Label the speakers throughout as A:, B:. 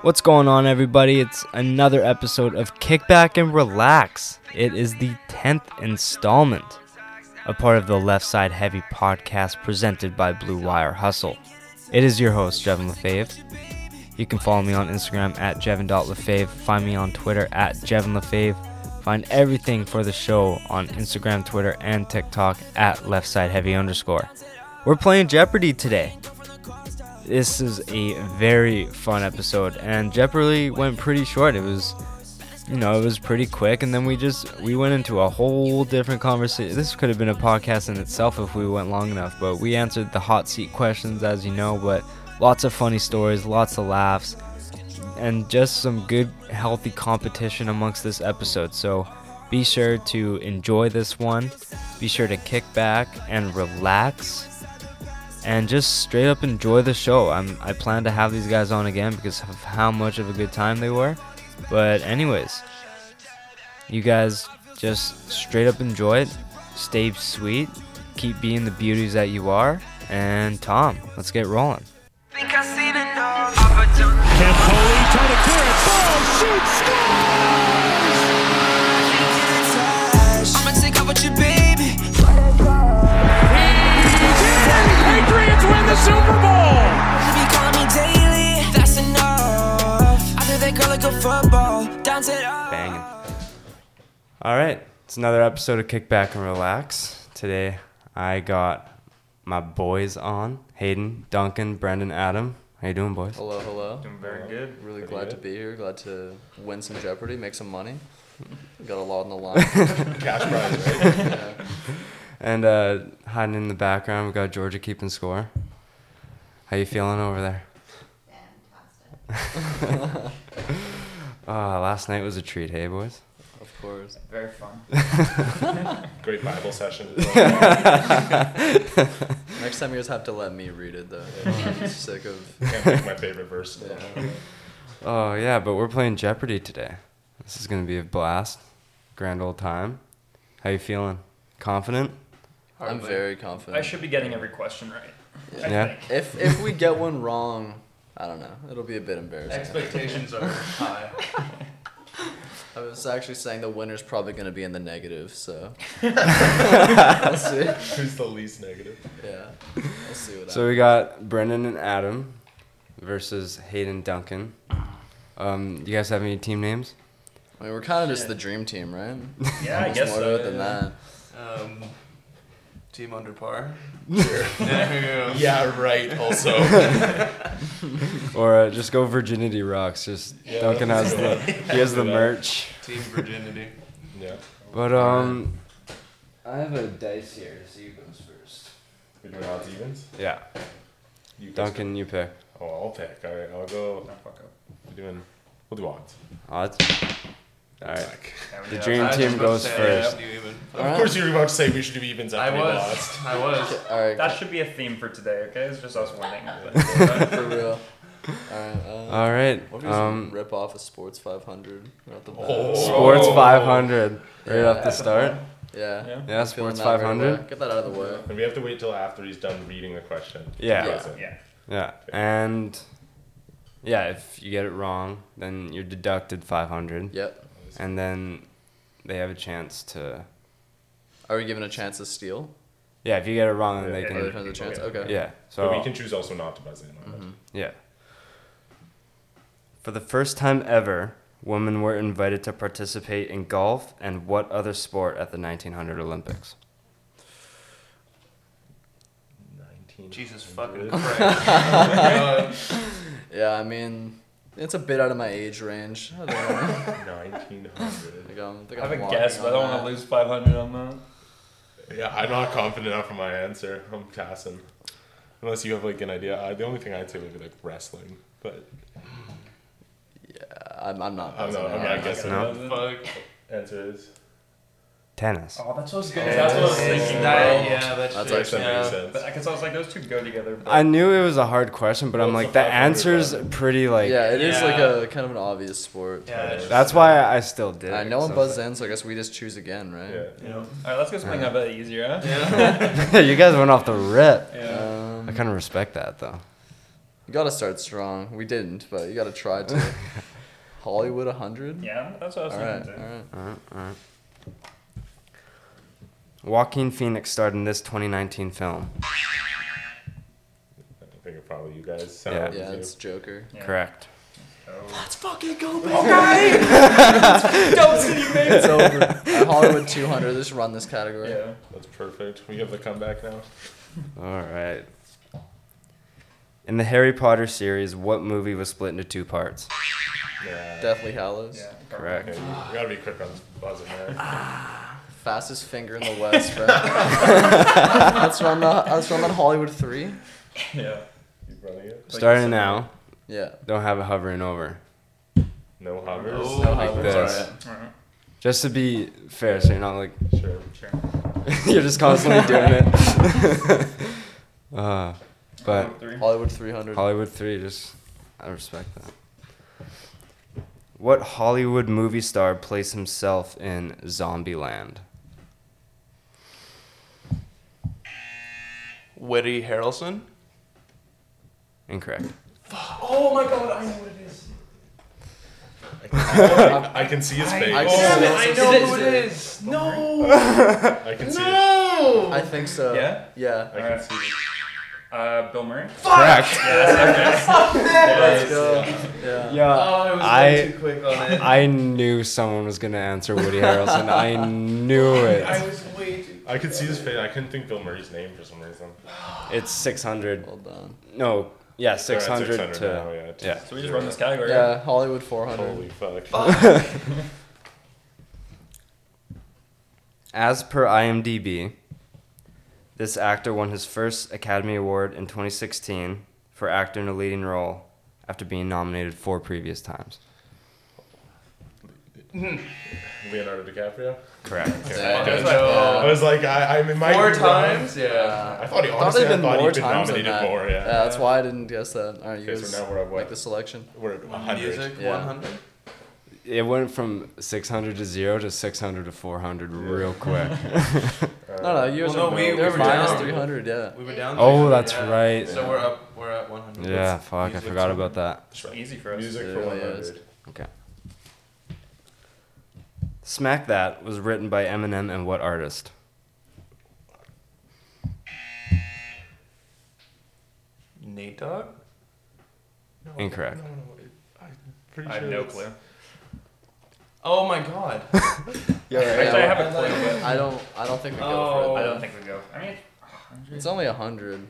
A: What's going on, everybody? It's another episode of Kickback and Relax. It is the 10th installment, a part of the Left Side Heavy podcast presented by Blue Wire Hustle. It is your host, Jevin LaFave. You can follow me on Instagram at jevin.lefave. Find me on Twitter at jevinlefave. Find everything for the show on Instagram, Twitter, and TikTok at leftsideheavy underscore. We're playing Jeopardy today this is a very fun episode and jeopardy went pretty short it was you know it was pretty quick and then we just we went into a whole different conversation this could have been a podcast in itself if we went long enough but we answered the hot seat questions as you know but lots of funny stories lots of laughs and just some good healthy competition amongst this episode so be sure to enjoy this one be sure to kick back and relax and just straight up enjoy the show. I'm, I plan to have these guys on again because of how much of a good time they were. But, anyways, you guys just straight up enjoy it. Stay sweet. Keep being the beauties that you are. And, Tom, let's get rolling.
B: Think I've seen enough. I've done
C: Campoli trying to clear it. Ball shoots. Scores!
B: I'ma take over your baby.
C: He did it! Patriots win the Super Bowl.
B: You be calling me daily. That's enough. I do that girl like a football. Down to the
A: Banging. All right. It's another episode of Kick Back and Relax. Today, I got my boys on Hayden, Duncan, Brendan, Adam. How you doing, boys?
D: Hello, hello. Doing very good. Really glad to be here. Glad to win some Jeopardy, make some money. We Got a lot on the line.
A: And uh, hiding in the background, we got Georgia keeping score. How you feeling over there? Uh, last night was a treat, hey boys.
D: of course.
E: Very fun.
F: Great Bible session. as well.
D: Next time you just have to let me read it though. I'm sick of.
F: Can't pick my favorite verse.
A: Oh yeah, but we're playing Jeopardy today. This is gonna be a blast, grand old time. How you feeling? Confident?
D: I'm very confident.
E: I should be getting every question right. I
A: Yeah.
E: think.
D: If if we get one wrong, I don't know. It'll be a bit embarrassing.
E: Expectations are high.
D: I was actually saying the winner's probably gonna be in the negative, so. we'll see.
F: Who's the least negative?
D: Yeah. We'll see what
A: So we got Brendan and Adam versus Hayden Duncan. Um, you guys have any team names?
D: happens. I mean, we're kind of just the dream team, right?
E: Yeah, I guess
D: more
E: so.
D: than
E: yeah.
D: that.
G: Um, team under par.
F: Yeah, right. Also,
A: Or uh, just go Virginity Rocks. Just
F: Yeah,
A: Duncan has
F: that's
A: the he has the
F: Yeah.
A: merch.
G: Team virginity.
F: yeah.
A: But um, I have a dice here. So you goes first.
F: We doing odds evens.
A: Yeah,
F: You guys
A: Duncan, you pick.
F: go- Oh, I'll pick. All right, I'll go. We're doing. We'll do odds.
A: Odds. All right.
F: Fuck.
A: The dream
G: I was
A: team
G: just about to
A: goes
G: say,
A: first.
G: I knew even.
D: All
F: Of
D: right.
F: course, you were about to say we should do evens
G: I
F: after we
G: was.
F: lost.
G: I was.
D: All right.
E: That should be a theme for today, okay? It's just us winning. But, uh,
D: For real. Alright, uh,
A: All right.
D: what if we just
A: Um,
D: rip off a Sports 500 right off the bat?
F: Oh.
A: sports
F: Oh.
A: 500 right off the
D: Yeah.
A: start.
D: Yeah.
E: Yeah.
A: Yeah,
D: I'm feeling
A: sports
D: that right
A: 500.
D: away. Get that out of the way.
F: And we have to wait till after he's done reading the question.
A: Yeah.
F: That's it.
E: yeah.
A: Yeah, and yeah, if you get it wrong, then you're deducted 500,
D: Yep.
A: and then they have a chance to.
D: Are we given a chance to steal?
A: Yeah, if you get it wrong, then
F: Yeah.
A: they
D: Are there
A: can.
D: tons of chance?
F: Okay.
D: Okay.
A: Yeah. So Mm-hmm.
F: But we can choose also not to buzz in. on it.
A: Yeah. For the first time ever, women were invited to participate in golf and what other sport at the 1900 Olympics?
F: 19.
G: Jesus fucking Christ.
D: Yeah, I mean, it's a bit out of my age range. I don't know.
F: 1900.
D: Like, I'm- I think
E: I have
D: I'm
E: a
D: walking
E: guess, but I
D: on
E: don't want
D: that.
E: to lose 500 on that.
F: Yeah, I'm not confident enough for my answer. I'm passing. Unless you have like an idea. Uh, the only thing I'd say would be like wrestling, but
D: I'm, I'm not.
F: I'm not.
D: passing
F: I'm
D: that.
F: not guessing.
A: No.
G: Fuck.
F: Answer is
A: Tennis.
E: Oh, that's what I was going That's what I was thinking,
G: That-
E: bro.
G: yeah, that's,
D: That's
G: true.
F: actually
G: yeah.
F: makes sense.
E: But because I was like, those two go together. But
A: I knew it was a hard question, but I'm
F: Well,
A: like
F: it's
A: the
F: a 500
A: answer's
F: button.
A: pretty like.
D: Yeah, it is like
G: Yeah.
D: a kind of an obvious sport.
G: Yeah, it's
A: That's why I still did.
D: Uh,
A: it,
D: no one
A: 'cause
D: buzzed in, so I guess we just choose again, right?
F: yeah.
E: All right, let's go something a bit easier, huh?
A: I was like- you guys went off the rip.
E: Yeah.
A: I kind of respect that though.
D: You gotta start strong. We didn't, but you gotta try to. Hollywood 100?
E: Yeah, that's what I was
D: Alright,
E: thinking. too.
D: alright.
A: Joaquin Phoenix starred in this 2019 film.
F: I think it probably you guys.
A: Yeah.
F: Sound
D: Yeah, it's Joker.
E: Yeah.
A: Correct.
D: It's over. At Hollywood 200, just run this category.
E: Yeah.
F: That's perfect. We have the comeback now.
A: All right. In the Harry Potter series, what movie was split into two parts?
F: Yeah.
D: Deathly Hallows.
E: Yeah.
A: Correct.
F: Okay, we gotta be quick on buzzing there.
D: Fastest finger in the West, bro. that's from the, that's from that Hollywood 3.
E: Yeah.
F: You running it?
A: Starting now.
D: Yeah.
A: Don't have it hovering over.
F: No hovers.
G: Oh,
D: No,
G: like
D: Hollywood,
A: this.
D: alright.
E: Alright.
A: Just to be fair, so you're not like
F: Sure.
E: Sure.
A: you're just constantly doing it. uh, but
E: Three.
D: Hollywood 300.
A: Hollywood three, just I respect that. What Hollywood movie star plays himself in Zombieland?
G: Woody Harrelson.
A: Incorrect.
E: Oh my god, I know what it is.
F: I, I can see his face.
D: I-
F: Oh, I,
D: Damn it, I know who it
E: is. No.
F: can see it.
E: No.
D: I think so.
E: Yeah?
D: Yeah.
F: I can see it.
E: Uh, Bill Murray.
A: Correct.
D: Let's go. Yeah.
A: Yeah.
G: Oh, it was
A: I
G: too quick on it.
A: I knew someone was gonna answer Woody Harrelson. I knew it.
G: was way too.
F: I could see his face. I couldn't think Bill Murray's name for some reason.
A: It's six hundred.
D: Well done.
A: No. Yeah, six hundred
F: Alright, 600 now,
A: to
F: yeah, to
A: yeah.
E: So we just run this category.
D: Yeah, Hollywood 400.
F: Holy fuck.
A: As per IMDb, this actor won his first Academy Award in 2016 for actor in a leading role after being nominated four previous times.
F: Leonardo DiCaprio.
A: Correct.
D: Damn.
F: Okay.
D: Uh,
G: No.
F: I was like, I, I'm in my
G: Four
F: wrong.
G: times. Yeah.
F: I thought he
D: Thought
F: honestly
D: they've
F: I
D: been
F: thought
D: more
F: he'd been
D: times than
F: nominated
D: that.
F: more.
D: yeah.
F: Yeah.
D: that's why I didn't guess that. All right, you
F: Okay, so
D: guys
F: now we're at what?
D: make the selection.
F: We're at 100.
G: Music
D: Yeah.
G: 100.
A: It went from 600 to 0 to 600 to 400 real quick.
D: No, no, yours
G: Well,
D: are
G: no, we-
D: they're
G: we were
D: minus
G: down.
D: 300, yeah.
G: We were down.
A: oh,
G: 300,
A: that's
G: yeah.
A: right.
G: So we're up. We're at 100.
A: yeah, fuck, I
G: Music
A: forgot
G: song.
A: about that.
E: It's easy for us.
F: Music
D: Yeah,
F: for
D: yeah,
F: 100.
D: it's-
A: Okay. Smack That was written by Eminem and what artist?
G: Nate Dogg.
A: Incorrect.
F: Pretty
E: I have
F: sure
E: no
F: that's-
E: clue.
G: Oh my God.
E: Actually, I have a clue, but
D: I don't I don't think we go
G: Oh.
D: for it.
E: I don't think we go. I mean,
D: it's only 100.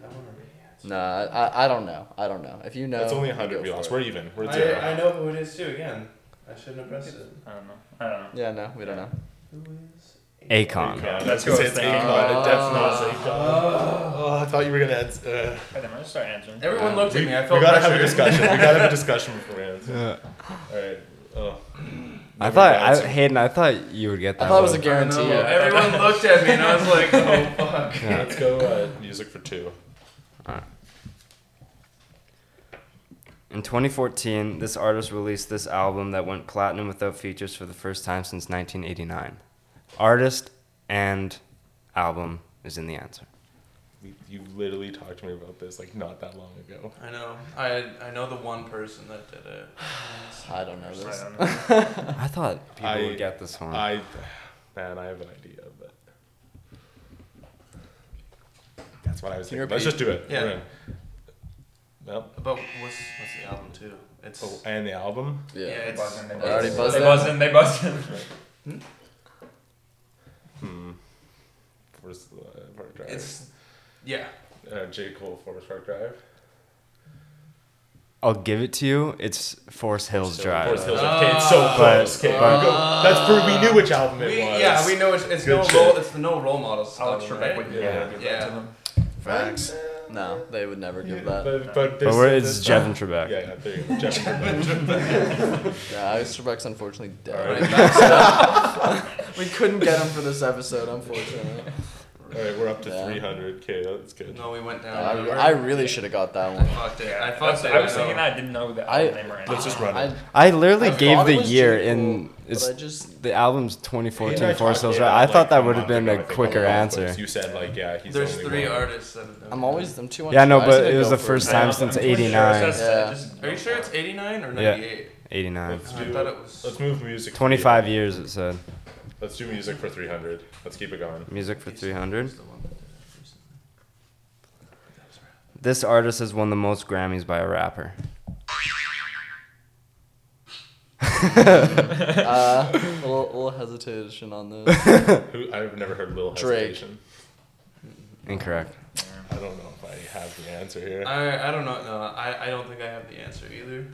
D: Nah, I, I don't know. I don't know. If you know,
F: That's only
D: you go
F: 100 we
D: for
F: lost.
D: it.
F: We're even. We're at
G: I,
F: zero.
G: I know who it is too. Again, I shouldn't have pressed it.
E: I don't know. I don't know.
D: Yeah, no, we don't know.
G: Who is?
A: Akon.
F: Yeah,
E: That's
F: that's
E: what I
F: because
E: was
F: it's
E: thinking.
F: Akon.
D: Oh.
F: it definitely was Akon. Oh, I thought you were gonna answer. Uh,
E: Okay, then I'm gonna start answering. Um,
G: Everyone looked at
F: we,
G: me. I
F: we
G: felt
F: gotta have a
G: pressure.
F: discussion. we gotta have a discussion before we answer. All right. Oh.
A: I
F: Never
A: thought,
F: mind.
A: I, Hayden, I thought you would get that.
D: I thought it was a
A: one.
G: I
D: guarantee.
G: know,
D: yeah.
G: Everyone looked at me and I was like, oh fuck.
A: Yeah.
F: Let's go uh, music for two.
A: In 2014, this artist released this album that went platinum without features for the first time since 1989. Artist and album is in the answer.
F: We- You literally talked to me about this like not that long ago.
G: I know. I I know the one person that did it.
D: I don't know
E: I
D: this.
E: don't know.
A: I thought people
F: I-
A: would get this one.
F: I, man, I have an idea, but that's what I was
D: Can you
F: thinking. Let's just do it.
G: Yeah.
F: We're in. Nope.
G: But what's what's the album too? It's
F: Oh, and the album.
D: Yeah.
G: yeah,
E: They
G: it's
E: buzzed in. They
D: I already
E: buzzed
D: buzzed
E: in. They
D: in.
E: buzzed in. They buzzed in.
F: Hmm. Forest, uh, Park Drive.
G: it's yeah.
F: uh, J Cole Forest Park Drive.
A: I'll give it to you. It's Forest Hills
F: So,
A: Drive.
F: Forest Hills
G: Ah.
F: Drive. Okay, it's so close. Okay, we
A: but-
F: go. That's for we knew which album it
G: Oh. We,
F: was.
G: yeah, we know it's, it's
F: Good
G: no
F: shit.
G: role. It's the no role models.
E: Alex
G: album,
E: Trebek
G: right?
E: would
F: Yeah.
E: give that
G: Yeah.
E: to them.
D: Facts. No, they would never
F: Yeah,
D: give that.
F: but but,
A: But
F: there's-
A: where is
F: there's-
A: Jevin Trebek?
F: Yeah, yeah, there you go. Jevin Trebek.
D: Yeah, Alex Trebek's unfortunately dead.
G: Right, back to-
D: We couldn't get him for this episode, unfortunately.
F: All right, we're up to
D: Yeah.
F: 300k. That's good.
G: No, we went down.
D: I,
G: remember?
D: I really should have got that one.
G: fucked it. I
E: That's-
G: fucked it.
E: I was
G: know.
E: thinking that I didn't know that.
D: I-
E: name or
F: Let's just
E: anything.
F: run it.
A: I literally gave
D: thought it
A: the
D: was
A: year
D: J. Cole,
A: in
D: but
A: it's
D: I just-
A: the album's 2014
F: Yeah,
A: for
F: I
A: sales
F: tried-
A: right.
F: yeah,
A: I thought
F: like,
A: that
F: a
A: would have been
F: month ago,
A: a
F: I think,
A: quicker
F: on the
A: answer.
F: Vocals. You said like, yeah, he's
G: There's
F: the only
G: three
F: one.
G: artists that have done
D: I'm
G: it.
D: always I'm too much.
A: Yeah, no,
D: I was
A: but
D: gonna
A: it was
D: go
A: the
D: for
A: first
E: I
A: time
E: know,
A: since
E: I'm pretty sure it
A: 89.
E: says-
D: Yeah.
E: it just-
G: Are you sure it's 89 or
A: Yeah.
G: 98?
A: 89.
F: Let's
G: I
F: do,
G: thought it was-
F: Let's move music.
A: 25 years it said.
F: Let's do music for 300. Let's keep it going.
A: Music for
G: He's-
A: 300.
G: he's the one that did it recently.
A: This artist has won the most Grammys by a rapper.
D: Uh, a little, little hesitation on this.
F: Who I've never heard Lil
D: Drake.
F: Hesitation.
A: Incorrect.
F: I don't know if I have the answer here.
G: I, I don't know. No, I, I don't think I have the answer either.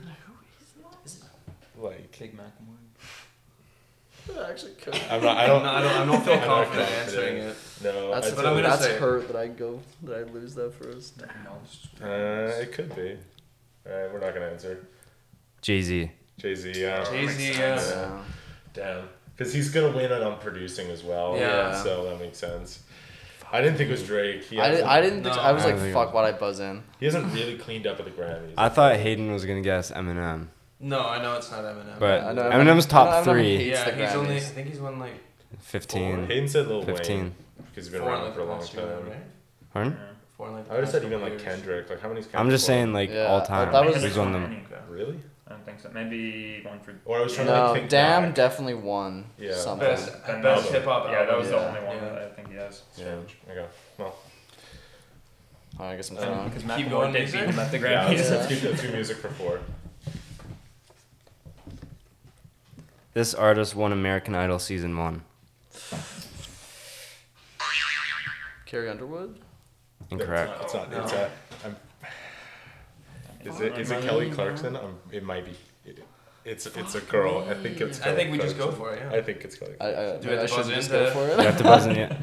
F: like,
E: Big Mac and Wine.
D: actually could.
F: I'm not. I
G: I
F: don't.
G: don't, no, I don't, I don't feel
F: I'm not
G: confident
F: confident.
G: answering it.
F: No.
D: That's,
F: I'd
G: what I'm
F: say-
G: gonna
D: that's
G: say.
D: hurt that I go that I lose that first.
E: No, it's just-
F: Uh, it could be. All right, we're not gonna answer.
A: Jay Z.
F: Jay Z. Yeah.
G: Jay Z,
E: makes
G: yeah.
E: sense.
F: Damn. Because he's gonna win it on producing as well.
G: Yeah.
F: So that makes sense. I didn't think it was Drake. He
D: I, di-
F: hasn't,
D: I didn't think
G: No,
D: I was
A: I
D: like
A: don't think
D: fuck what I buzz in.
F: he hasn't really cleaned up at the Grammys.
A: I thought Hayden was gonna guess Eminem,
G: No, I know it's not Eminem.
A: but
D: I know Eminem-
A: Eminem's top
D: I know Eminem
A: three,
D: hates-
G: yeah,
D: it's the
G: he's only. I
D: Grammys.
G: think he's won like
A: fifteen.
F: Hayden said Lil
A: 15.
F: Wayne because he's been
G: four in
F: around
G: like
F: for a
G: the
F: long
G: past year,
F: time.
G: right?
A: Pardon?
E: Yeah.
G: Four in like. the
F: I would have
G: past
F: said
G: couple
F: even like
G: years.
F: Kendrick. Like how many's Kendrick?
A: I'm just
F: won?
A: saying like
D: Yeah,
A: all
D: I-
A: time.
D: that was-
A: Who's on them?
F: Really?
E: I don't think so. Maybe one for.
F: Or I was trying to
D: No,
F: think.
D: damn
F: back.
D: definitely won
F: Yeah.
D: something.
G: Best,
E: Then
G: best
F: album.
G: hip hop.
E: Yeah, that was the
D: Yeah.
E: only one
G: Oh, Yeah.
E: that I think he has.
F: Yeah. Okay. Well.
D: Oh, I guess I'm
F: Um,
D: drunk.
E: Because Mac
G: Keep
E: and
G: going,
E: Wine did
G: music?
E: beat him at the
F: Yeah,
E: Grammys.
F: let's,
D: Yeah.
F: let's keep let's do music for four.
A: This artist won American Idol season one.
D: Carrie Underwood.
A: Incorrect.
F: It's not. It's a. I'm, is it is it Kelly Clarkson? Um, it might be. It, it's it's a girl. I think it's.
G: I think
F: Kelly
G: we just go
F: Clarkson.
G: for it. Yeah.
F: I think it's Kelly.
D: I I,
G: Do we have
D: I
G: to buzz
D: should just
G: in
D: go
G: to-
D: for
A: You
D: it.
A: have to buzz in yet.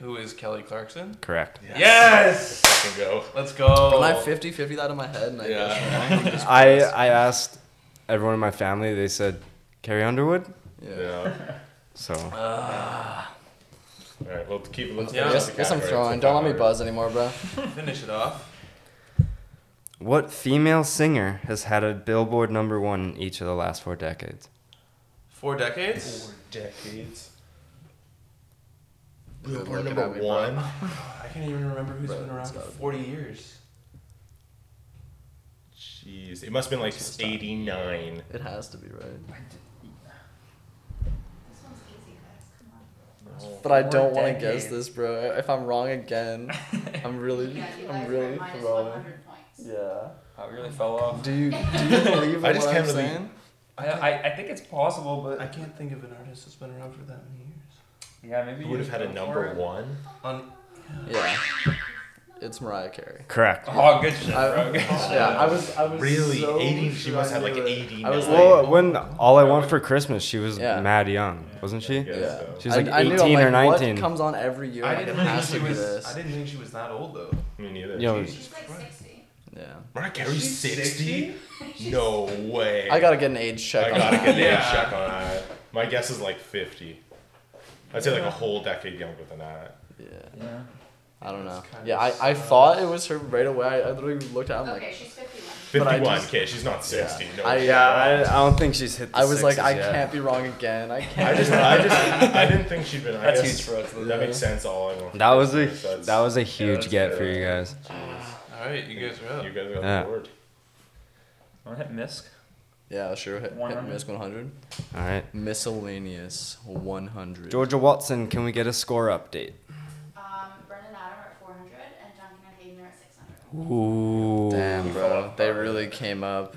G: Who is Kelly Clarkson?
A: Correct.
G: Yes.
F: I can go.
G: Let's go.
D: Am I 50-50 that in my head? And I guess
F: Yeah.
A: I I asked everyone in my family. They said Carrie Underwood.
D: yeah.
F: yeah.
A: So
F: All right. Well, keep. Let's
D: I
G: Yeah.
F: finish
D: guess,
F: the
D: guess I'm
F: category.
D: throwing.
F: It's
D: Don't let me
F: 500.
D: buzz anymore, bro.
G: Finish it off.
A: what female singer has had a Billboard number one in each of the last four decades?
G: Four decades.
F: Decades.
D: You're
F: Billboard
D: looking
F: number
D: at me, bro.
F: one.
G: I can't even remember who's
D: Bro,
G: been around
D: it's
G: for
D: gotta be-
G: 40 years.
F: Jeez, it must have been like '89.
D: It has to be right. But I don't want to guess this, bro. If I'm wrong again, I'm really, I'm really wrong. Yeah.
E: I really fell off.
D: Do you do you believe in
F: I just
D: what
F: can't
D: I'm
F: really-
D: saying?
E: I, I, I think it's possible, but
G: I can't think of an artist that's been around for that many years.
E: yeah, maybe
F: Who would have
E: just
F: had a
E: go
F: number
E: for it.
F: one?
G: On
D: Yeah. It's Mariah Carey.
A: Correct.
E: Oh, good shit,
D: I-
E: bro. Good shit.
D: Yeah, I was, I was
F: Really?
D: so
F: 80? She
D: sure
F: must
D: I
F: have like
D: knew it.
F: 89.
D: I was
A: Well,
D: like,
A: when All I Want for Christmas, she was
D: Yeah.
A: mad young, wasn't she?
F: Yeah.
D: yeah.
A: She's
D: I-
A: like
D: I knew, I'm
A: 18 or
D: like,
A: 19.
D: What comes on every year?
G: I
D: like, it
G: didn't think
D: has to
G: she
D: be
G: was.
D: this.
G: I didn't think she was that old though.
F: Me neither.
A: Yo,
F: Jesus.
H: She's like 60.
D: Yeah.
F: Mariah Carey's 60? No way.
D: I gotta get an age
F: I
D: check. on
F: gotta
D: that.
F: get an
G: Yeah.
F: age check on that. My guess is like 50. I'd say like a whole decade younger than that.
D: Yeah.
E: Yeah.
D: I don't know.
G: That's kinda
D: Yeah, I, I thought it was her right away. I, I literally looked at. it, I'm like,
H: Okay, she's 51.
D: But I
F: 51. Okay, she's not 60.
D: Yeah.
F: No.
D: I-
F: shit.
A: Yeah, I, I don't think she's hit. The
D: I was like,
A: sixes
D: I
A: yet.
D: can't be wrong again. I can't.
F: I just, I just, I didn't think she'd been. I
E: That's
F: guess
E: huge for us, though.
F: That makes sense. All I want.
A: That was a
F: That's-
A: that was a
E: yeah,
A: huge
E: that's
A: get
E: good.
A: for you guys.
G: All right, you guys are up.
F: You guys got
A: Yeah.
F: the word.
E: Want to hit Misk?
D: Yeah, sure. Hit, hit
E: 100.
D: miss 100.
A: All right,
D: Miscellaneous 100.
A: Georgia Watson, can we get a score update?
H: Um, Brendan and Adam are at 400, and Duncan and Hayden are at 600.
A: Ooh,
D: Damn, bro. They really came up.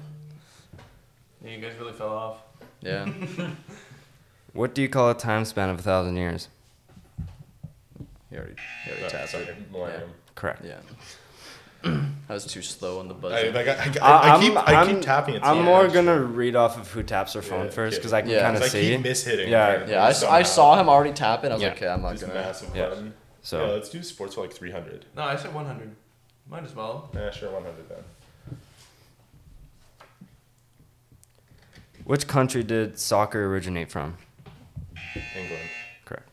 G: Yeah, you guys really fell off.
D: Yeah.
A: what do you call a time span of a thousand years?
D: He already, he already
F: No,
D: tapped
F: sorry,
D: it.
F: millennium.
A: Correct.
D: Yeah. I was too slow on the
F: I,
D: buzzer.
F: like, I, I, I keep, I
A: I'm-
F: keep tapping it.
A: I'm
F: so
A: more
F: much.
A: gonna read off of who taps their phone
F: Yeah,
A: first
F: okay.
A: because I can
D: Yeah.
A: kind
F: Cause
A: of
F: I
A: see.
F: keep mishitting.
A: Yeah.
F: apparently,
D: yeah, I, s- I
F: somehow.
D: saw him already tap it. I was
A: Yeah.
D: like, okay, I'm not
F: This
D: gonna.
F: massive
A: Yeah.
F: button.
A: So
F: yeah, let's do sports for like 300.
G: No, I said 100. Might as well.
F: Yeah, sure, 100 then.
A: Which country did soccer originate from?
F: England.
A: Correct.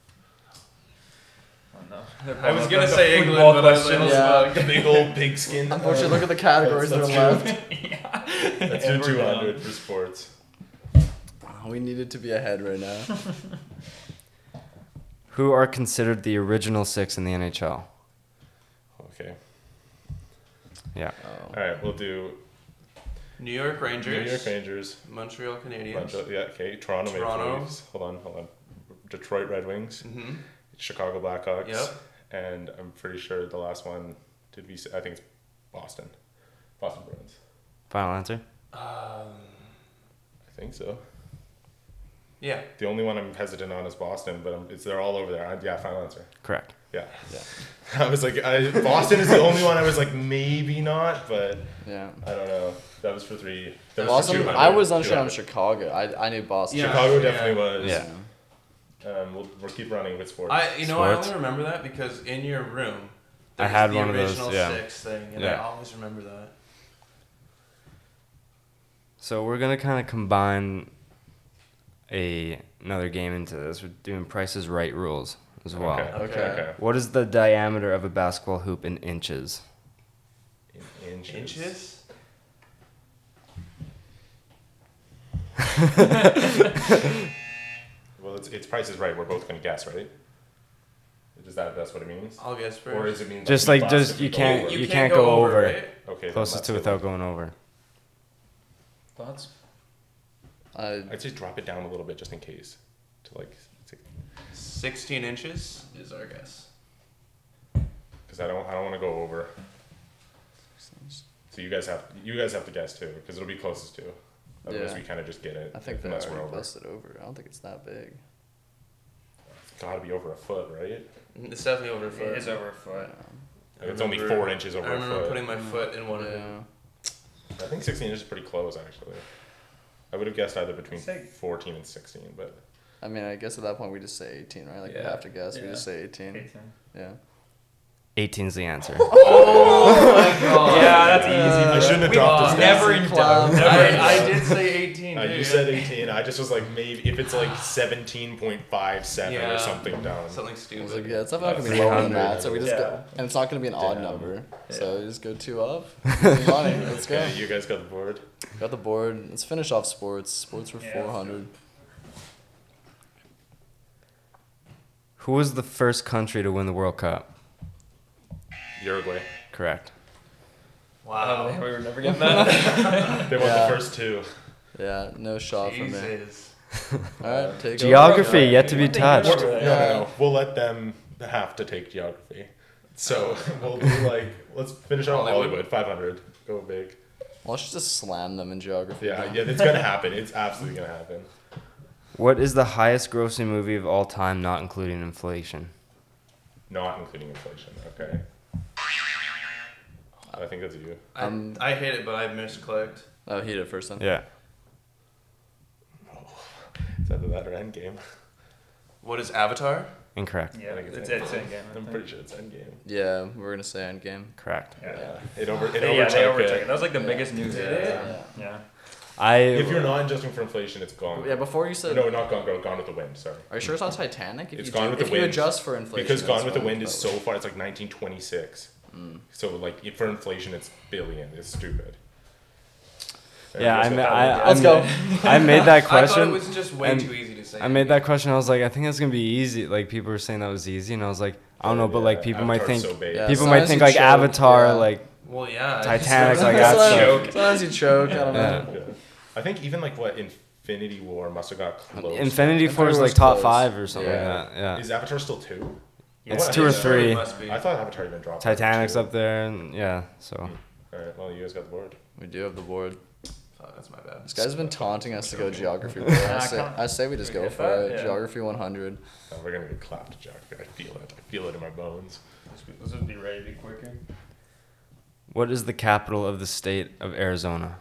E: Oh,
G: I was gonna say England,
E: football
G: but I was
E: question.
G: like,
D: Yeah.
F: Big old pigskin.
D: Unfortunately, look at the categories that are left.
F: That's your 200 for sports.
D: We needed to be ahead right now.
A: Who are considered the original six in the NHL?
F: Okay.
A: Yeah.
F: All right, we'll do
G: New York Rangers,
F: New York Rangers.
G: Montreal Canadiens,
F: Montreal- Yeah, okay. Toronto, Maple
G: Toronto.
F: Leafs. Hold on, hold on. Detroit Red Wings.
G: hmm
F: Chicago Blackhawks.
G: Yep.
F: And I'm pretty sure the last one did we? Say, I think it's Boston. Boston Bruins.
A: Final answer.
G: Um,
F: I think so.
G: yeah,
F: The only one I'm hesitant on is Boston, but I'm, it's they're all over there. I, yeah, final answer.
A: Correct.
F: Yeah. Yeah. I was like, I, Boston is the only one I was like, maybe not, but
D: Yeah.
F: I don't know. That was for three. That was for
D: Boston.
F: 200.
D: I was unsure on
F: 200.
D: Chicago. I, I knew Boston.
G: Yeah.
F: Chicago definitely was.
A: Yeah.
F: Um, we'll, we'll keep running with sports.
G: I you know
A: Sports.
G: I only remember that because in your room
A: I
G: there's
A: had
G: the
A: one of those,
G: original
A: yeah.
G: six thing, and I
A: Yeah.
G: always remember that.
A: So we're gonna kind of combine a another game into this. We're doing prices right rules as well.
F: Okay. Okay.
D: Okay.
F: okay.
A: What is the diameter of a basketball hoop in inches?
F: In inches.
G: Inches.
F: Well, it's, it's Price is Right. We're both gonna guess, right? Is that that's what it means,
G: I'll guess first.
F: or is it mean like
A: Just
F: you
A: like-
F: bust
A: just-
F: if
A: you
F: go
A: can't-
F: over?
A: you can't go over.
G: right?
F: Okay. then
A: Closest
F: that's
A: to
F: the
A: without
F: one.
A: going over.
D: Thoughts? I,
F: I'd say drop it down a little bit just in case. To like,
G: Sixteen inches is our guess.
F: because I don't I don't want to go over. So you guys have you guys have to guess too, because it'll be closest to. Otherwise,
D: Yeah.
F: we kind of just get it.
D: I think they
F: unless we're
D: already
F: over.
D: busted over. I don't think it's that big.
F: It's gotta be over a foot, right?
G: It's definitely over a foot.
E: It is over a foot.
G: I
F: it's only
G: remember-
F: four inches
G: I
F: over a
G: remember
F: foot.
G: putting my foot in one of them.
D: Yeah.
F: I think 16 inches is pretty close, actually. I would have guessed either between
E: Say-
F: 14 and 16, but
D: I mean, I guess at that point we just say 18, right? Like we
E: Yeah.
D: have to guess. We
E: Yeah.
D: just say 18.
E: 18.
D: Yeah.
A: 18's the answer.
E: Yeah, that's easy.
F: I shouldn't have dropped this.
E: Never in doubt.
D: Club.
E: Never in doubt.
G: I, I did say eighteen.
F: Uh,
G: too,
F: you
G: yeah.
F: said 18. I just was like, maybe if it's like 17.57
G: Yeah.
F: or something down.
G: something
D: I was
G: stupid.
D: like, yeah, it's not gonna be
F: That's
D: lower than
A: 300.
D: that. So we just go,
E: Yeah.
D: and it's not gonna be an odd
F: Damn.
D: number. So we just go two up. Money. Let's go.
F: Okay, you guys got the board.
D: Got the board. Let's finish off sports. Sports were
E: Yeah, let's do
D: 400.
A: Who was the first country to win the World Cup?
F: Uruguay.
A: Correct.
E: Oh,
G: wow.
E: we were never getting that.
F: They won
D: Yeah.
F: the first two.
D: Yeah, no shot for me.
G: Jesus.
D: All right, take over.
A: Geography yet to be
E: One thing you
A: touched.
E: remember
F: No,
E: there.
F: no, no. We'll let them have to take geography. So we'll do like, let's finish on Hollywood.
G: Hollywood.
F: 500. Go big.
D: Well, let's just slam them in geography.
F: Yeah,
D: now.
F: yeah, it's gonna happen. It's absolutely gonna happen.
A: What is the highest grossing movie of all time, not including inflation?
F: Not including inflation. Okay. I think that's you.
G: I,
D: Um,
G: I hate it, but I misclicked.
D: Oh, he did it first then.
A: Yeah.
F: It's either that or Endgame.
G: What is Avatar?
A: Incorrect.
E: Yeah,
F: I think it's
E: it's,
F: Endgame.
E: it's in game. I
F: I'm
E: think.
F: pretty sure it's Endgame.
D: Yeah, we're gonna say endgame.
A: Correct.
E: Yeah.
F: Yeah, it over it
E: Yeah, they
F: overtook
E: overtook
F: it.
E: it. That was like the biggest news.
G: Did
E: at the
G: it?
E: time. Yeah.
A: I
F: If you're not adjusting for inflation, it's gone.
D: Yeah, before you said,
F: no, not gone. Gone, gone with the wind. Sorry.
D: are you sure it's not Titanic? If
F: It's
D: you
F: Gone
D: do-
F: with the
D: if you
F: Wind.
D: adjust for inflation,
F: Because
D: that's
F: Gone with the
D: fine,
F: Wind is so
D: but-
F: far. It's like 1926.
E: Mm.
F: So like if for inflation, it's billion. It's stupid.
A: yeah, I, ma- I, I,
D: Let's go.
A: ma- I made that
G: I thought it
A: question.
G: was just way
A: and
G: too easy to say.
A: I made that question. I was like, I think that's gonna be easy. Like people were saying that was easy, and I was like, I don't know, but like people might think
F: so big.
D: Yeah.
A: people
D: Sometimes
A: might think
D: you
A: like
D: choke,
A: Avatar,
D: yeah.
A: like
G: Well, yeah. I just-
A: Titanic, like
D: Sometimes-
A: that stuff.
D: sometimes- Sometimes you choke. I don't know.
A: Yeah.
F: Yeah. I think even like what Infinity War must have got close.
A: Infinity War is
D: Infinity
A: like
D: War's
A: top
D: close.
A: five or something
D: Yeah.
A: like that. Yeah,
F: Is Avatar still two?
A: it's
F: Yeah.
A: two or
F: Yeah.
G: It
A: three.
G: must be.
F: I thought Avatar even dropped. over
A: Titanic's
F: two.
A: up there, and yeah. So
F: All right. Well, you guys got the board.
D: We do have the board.
G: Fuck, that's my bad.
D: This guy's been taunting us to go geography. Bro. I,
E: Ah,
D: say,
E: come on.
D: I say we just
E: Can we
D: go
E: get
D: for
E: that?
D: it.
E: Yeah.
D: Geography 100.
F: Oh, we're gonna get clapped, Jack. I feel it. I feel it in my bones.
E: This would be ready to be quicker.
A: what is the capital of the state of Arizona?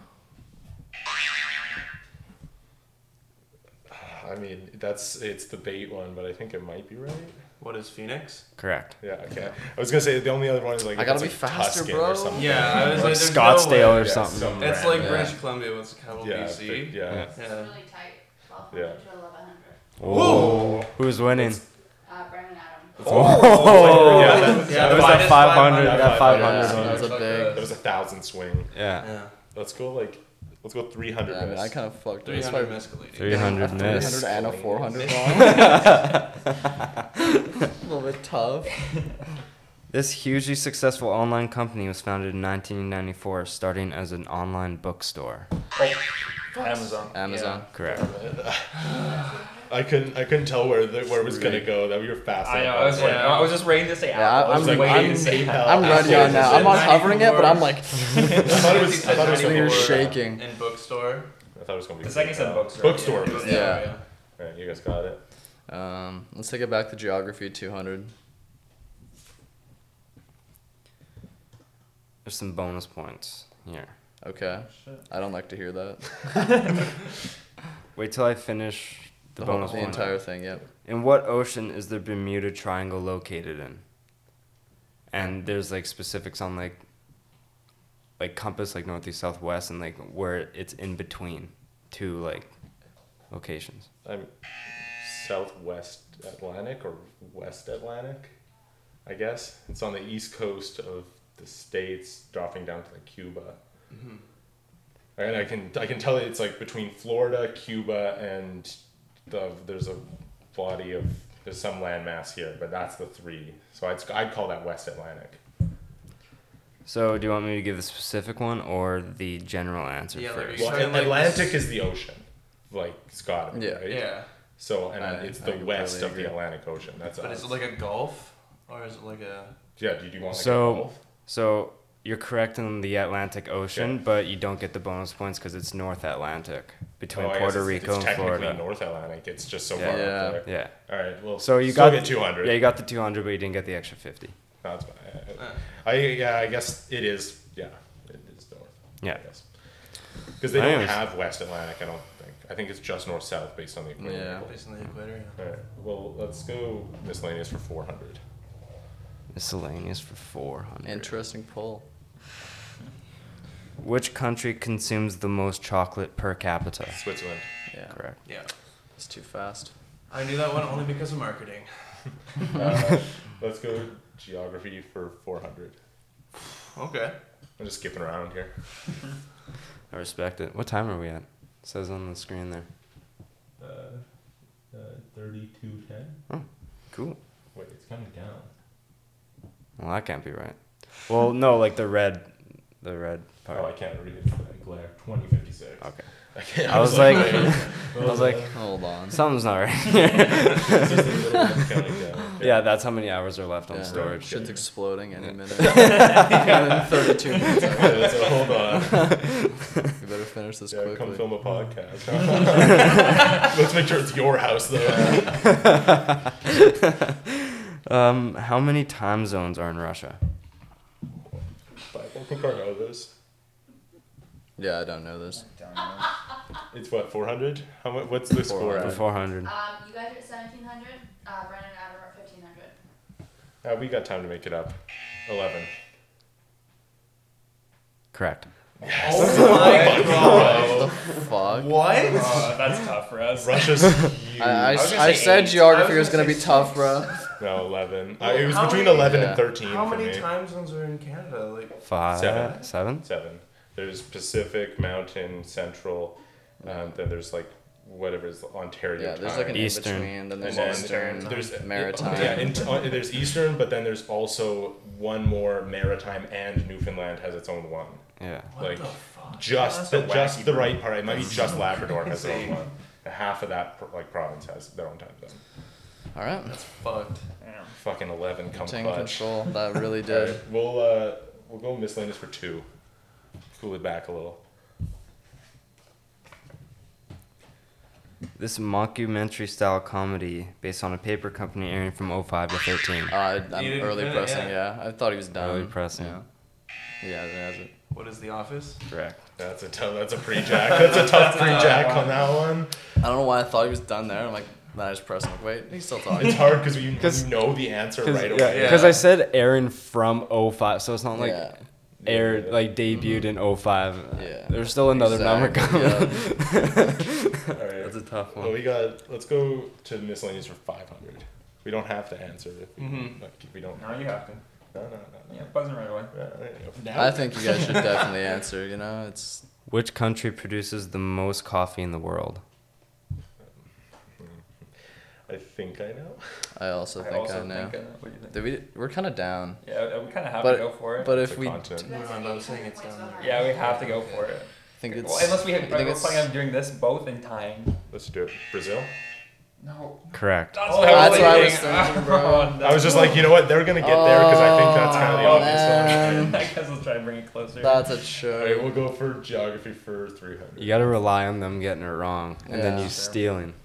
F: I mean, that's it's the bait one, but I think it might be right.
G: What is Phoenix?
A: Correct.
F: Yeah. Okay. I was gonna say the only other one is like
D: I
F: if
D: gotta
F: it's,
D: be
F: like,
D: faster,
F: Tuscan
D: bro.
F: Or something.
G: Yeah, I was
A: Or
G: like, there's
A: Scottsdale
G: no
A: or
G: way.
F: Yeah,
A: something.
F: some
G: That's
F: random-
G: like
D: Yeah.
G: British Columbia. What's capital
F: yeah,
G: BC?
F: but- yeah.
H: It's
G: Yeah.
H: really tight. 1200
F: Yeah.
H: to 1100.
A: Whoa. Who's winning?
H: Uh, Brennan Adam.
A: Oh,
F: Yeah, that,
G: Yeah,
A: that was
G: minus
A: a 500. That
F: 500.
A: 500
D: Yeah.
A: one.
D: That's a
F: that was a thousand swing.
A: Yeah.
F: Let's go like, let's go 300.
D: Yeah, I mean,
F: miss.
D: I kind of fucked up. That's
G: 300
D: why
G: mescalated.
A: 300 miss.
D: 300 and a 400 wrong. a little bit tough.
A: This hugely successful online company was founded in 1994, starting as an online bookstore.
E: Amazon.
D: Amazon.
A: Correct.
F: I couldn't. I couldn't tell where the, where it was gonna go. That we were fast.
E: I know.
F: on
E: I was
F: that.
E: like, I was just waiting to say
D: Yeah,
E: Apple.
D: I-
E: I was
D: I'm-
E: like, waiting
D: I'm-
E: to say
I: Uh,
E: Apple.
D: I'm ready on that. I'm on hovering it, but I'm like,
F: I thought it was. I thought it was
D: I'm
F: gonna
D: you're
F: be.
D: shaking.
G: In bookstore.
F: I thought it was gonna be.
E: The second said bookstore.
F: Bookstore.
E: Yeah.
F: was-
D: Yeah.
F: Alright, you guys got it.
D: Um, let's take it back to geography 200.
A: There's some bonus points here.
D: Okay. I don't like to hear that.
A: Wait till I finish the,
D: The, whole,
A: bonus
D: the
A: point.
D: entire thing, yep.
A: In what ocean is the Bermuda Triangle located in? And there's like specifics on like like compass like northeast southwest and like where it's in between two like locations.
F: I'm Southwest Atlantic or West Atlantic, I guess. It's on the east coast of the states, dropping down to like Cuba.
D: Mm-hmm.
F: And I can I can tell you it's like between Florida, Cuba, and the there's a body of there's some landmass here, but that's the three. So I'd I'd call that West Atlantic.
A: So do you want me to give the specific one or the general answer
G: Yeah, let me-
A: first?
F: Well,
G: So,
F: and
G: like,
F: Atlantic is the ocean, like Scott.
D: Yeah.
F: Right?
G: Yeah.
F: So and
D: I-
F: it's
D: I
F: the
D: completely
F: west of
D: agree.
F: the Atlantic Ocean. That's
G: But
F: us.
G: is it like a golf? Or is it like a.
F: Yeah, do you want like
A: So-
F: a golf?
A: So you're correct in the Atlantic Ocean,
F: Yeah.
A: but you don't get the bonus points because it's North Atlantic between
F: Oh, I guess
A: Puerto
F: it's-
A: Rico
F: it's
A: and
F: technically
A: Florida.
F: North Atlantic. It's just so
A: Yeah.
F: far
D: Yeah.
F: up there.
A: Yeah.
F: All right. Well,
A: So you
F: still
A: got
F: get two hundred.
A: Yeah, you got the 200, but you didn't get the extra 50.
F: That's fine. I, I yeah. I guess it is. Yeah, it is north.
A: Yeah.
F: I guess because they don't
A: Anyways.
F: have West Atlantic. I don't think. I think it's just north south based on the equator.
D: Yeah.
G: Based on the equator? yeah.
F: All right. Well, let's go miscellaneous for four hundred.
A: Miscellaneous for 400.
D: Interesting poll.
A: Which country consumes the most chocolate per capita?
F: Switzerland.
D: Yeah.
A: Correct.
G: Yeah.
D: It's too fast.
G: I knew that one only because of marketing.
F: Uh, let's go geography for four hundred.
G: Okay.
F: I'm just skipping around here.
A: I respect it. What time are we at? It says on the screen there.
F: Uh, uh, Thirty-two ten.
A: Cool.
F: Wait, it's coming down.
A: Well, that can't be right. Well, no, like the red, the red part.
F: Oh, I can't read it. for that Glare. Twenty fifty-six.
A: Okay.
F: I, can't,
A: I was like, I was like,
D: Hold on.
A: something's not right.
F: It's just a little bit counting down.
A: Yeah, that's how many hours are left on
D: Yeah.
A: storage.
D: Shit's exploding any
A: Yeah.
D: minute. In 32 minutes.
F: Okay, so hold on.
D: We better finish this
F: Yeah, come
D: quickly.
F: film a podcast. Let's make sure it's your house though.
A: Um, how many time zones are in Russia?
F: But I don't think I know this.
D: Yeah, I don't know this.
F: It's what four hundred? How much? What's the
A: For
F: score? at?
A: 400.
H: Um, you guys are at 1700, uh, Brennan and Adam are at 1500.
F: Uh, we got time to make it up. Eleven.
A: Correct.
D: Fuck.
G: Oh What?
E: Oh, that's tough for us.
F: Russia's.
D: I, I,
E: was gonna
D: I
E: say
D: said
E: eight.
D: geography
G: I
D: was
G: was
D: gonna
G: gonna
D: be
G: say
D: tough,
G: six.
D: bro.
F: no, eleven. Uh,
G: Well,
F: it was
G: how
F: between
G: many-
F: eleven
D: Yeah.
F: and thirteen
G: How
F: for
G: many
F: me.
G: time zones are in Canada? Like,
A: Five,
F: Seven.
A: seven?
F: Seven. There's Pacific, Mountain, Central. Um, then there's like whatever is Ontario.
D: Yeah, there's
F: time.
D: like an
A: Eastern.
D: in between, then
F: And
D: there's
F: then
D: Eastern,
F: there's
D: Maritime.
F: Yeah, and uh, there's Eastern, but then there's also one more Maritime, and Newfoundland has its own one.
A: Yeah.
G: what
F: Like,
G: the fuck?
F: Just the,
E: That's a
F: just
E: wacky
F: the right part. It might be just Labrador has their own
G: Insane.
F: one. And Half of that pro- like province has their own time zone.
D: All right,
G: Fucked.
F: Fucking eleven come
D: taking
F: clutch.
D: control. That really
F: All
D: did.
F: right, we'll uh, we'll go miscellaneous for two. Cool it back a little.
A: This mockumentary style comedy based on a paper company airing from 05 to 13.
D: Uh, I- I'm
G: didn't
D: early
G: get it,
D: pressing. Yeah. I thought he was done.
A: Early pressing.
D: Yeah, yeah it has it.
G: What is The Office?
A: Correct.
F: That's a tough. That's a pre-jack. That's a tough pre-jack on that one.
D: I don't know why I thought he was done there. I'm like, then I just pressed. Like, wait, he's still talking.
F: It's hard because you,
A: Cause-
F: you know the answer
A: Cause,
F: right
A: yeah,
F: away.
G: Yeah.
A: 'cause I said airing from 05, so it's not like
D: Yeah.
A: aired,
F: Yeah.
A: like debuted in 05.
D: Yeah.
A: There's still another
D: Exactly,
A: number
D: yeah.
A: coming.
F: All right.
A: That's a tough
F: Well,
A: one.
F: we got. Let's go to miscellaneous for five hundred. We don't have to answer if we,
G: Mhm.
F: like, if we don't.
E: No, you have to.
F: No, no, no, no. Uh,
E: Yeah, buzz in right away.
F: Yeah, there you go.
D: I think you guys should definitely answer. You know, it's
A: Which country produces the most coffee in the world?
F: I think I know.
D: I also think I, know.
E: think I know. What do you think?
D: Did we, we're kind of down.
E: yeah, uh, we kind of have
D: But-
E: to go for it.
D: But
F: It's
D: if
F: a
D: we
F: continent.
H: You guys
G: No,
H: are
G: I'm not
H: eight
G: saying it's
H: points
G: down there.
H: behind.
E: yeah, we have to go for it.
D: think it's
E: Well, unless we
D: I
E: have,
D: think
E: we're
D: it's-
E: planning on doing this both in time.
F: Let's do it. Brazil.
E: No. Oh,
A: Correct.
E: That's,
D: That's what I was thinking, bro.
E: Oh, no.
F: I was just like, you know what? They're gonna get there because I think that's how the
D: Oh,
F: obvious
D: man.
F: one.
E: I guess we'll try and bring it closer.
D: That's a
F: All right,
D: joke.
F: we'll go for geography for 300.
A: You gotta rely on them getting it wrong, and then
D: Yeah.
A: you stealing.